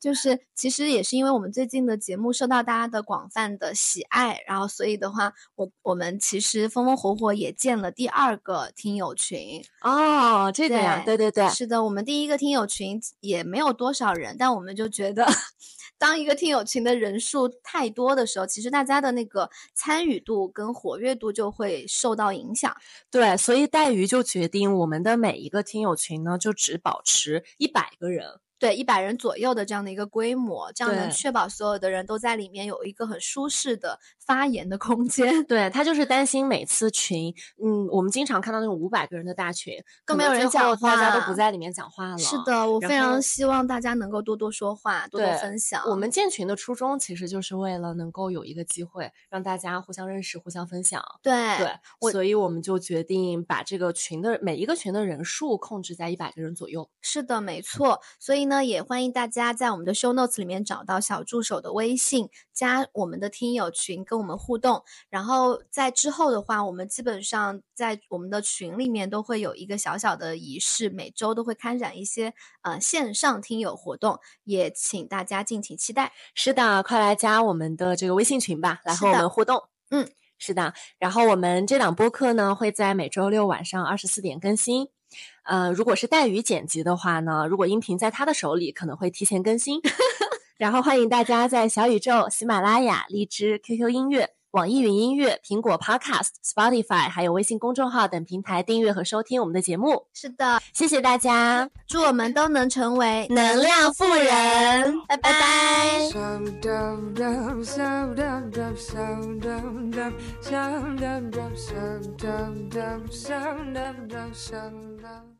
Speaker 2: 就是其实也是因为我们最近的节目受到大家的广泛的喜爱，然后所以的话，我我们其实风风火火也建了第二个听友群。
Speaker 3: 哦，这个呀，对对对，
Speaker 2: 是的，我们第一个听友群也没有多少人，但我们就觉得， 当一个听友群的人数太多的时候，其实大家的那个参与度跟活跃度就会受到影响。
Speaker 3: 对，所以带鱼就决定我们的每一个听友群呢，就只保持一百个人。
Speaker 2: 对，一百人左右的这样的一个规模，这样能
Speaker 3: 对
Speaker 2: 确保所有的人都在里面有一个很舒适的发言的空间。
Speaker 3: 对他就是担心每次群，嗯，我们经常看到那种五百个人的大群，
Speaker 2: 都
Speaker 3: 可
Speaker 2: 没
Speaker 3: 能
Speaker 2: 有人
Speaker 3: 最后
Speaker 2: 讲
Speaker 3: 大家都
Speaker 2: 话
Speaker 3: 不在里面讲话了。
Speaker 2: 是。的，我
Speaker 3: 然
Speaker 2: 非常
Speaker 3: 后
Speaker 2: 希望大家能够多多说话，多多
Speaker 3: 对
Speaker 2: 分享。
Speaker 3: 我们建群的初衷其实就是为了能够有一个机会让大家互相认识、互相分享。
Speaker 2: 对
Speaker 3: 对，
Speaker 2: 我
Speaker 3: 所以我们就决定把这个群的每一个群的人数控制在一百个人左右。
Speaker 2: 是的，没错。所以呢，也欢迎大家在我们的 show notes 里面找到小助手的微信，加我们的听友群，跟我们互动。然后在之后的话，我们基本上在我们的群里面都会有一个小小的仪式，每周都会开展一些呃线上听友活动，也请大家敬请期待。
Speaker 3: 是的，快来加我们的这个微信群吧，来
Speaker 2: 是
Speaker 3: 和我
Speaker 2: 的
Speaker 3: 们互动。
Speaker 2: 嗯，
Speaker 3: 是的。然后我们这档播客呢，会在每周六晚上二十四点更新。呃，如果是带鱼剪辑的话呢，如果音频在他的手里，可能会提前更新。 然后欢迎大家在小宇宙、喜马拉雅、荔枝、QQ 音乐、网易云音乐、苹果 Podcast、Spotify，还有微信公众号等平台订阅和收听我们的节目。
Speaker 2: 是的，
Speaker 3: 谢谢大家，
Speaker 2: 祝我们都能成为
Speaker 3: 能量富人，
Speaker 2: 拜拜。
Speaker 1: Some dum dum, some dum dum, some dum dum, some dum dum, some dum dum, some dum dum, some dum.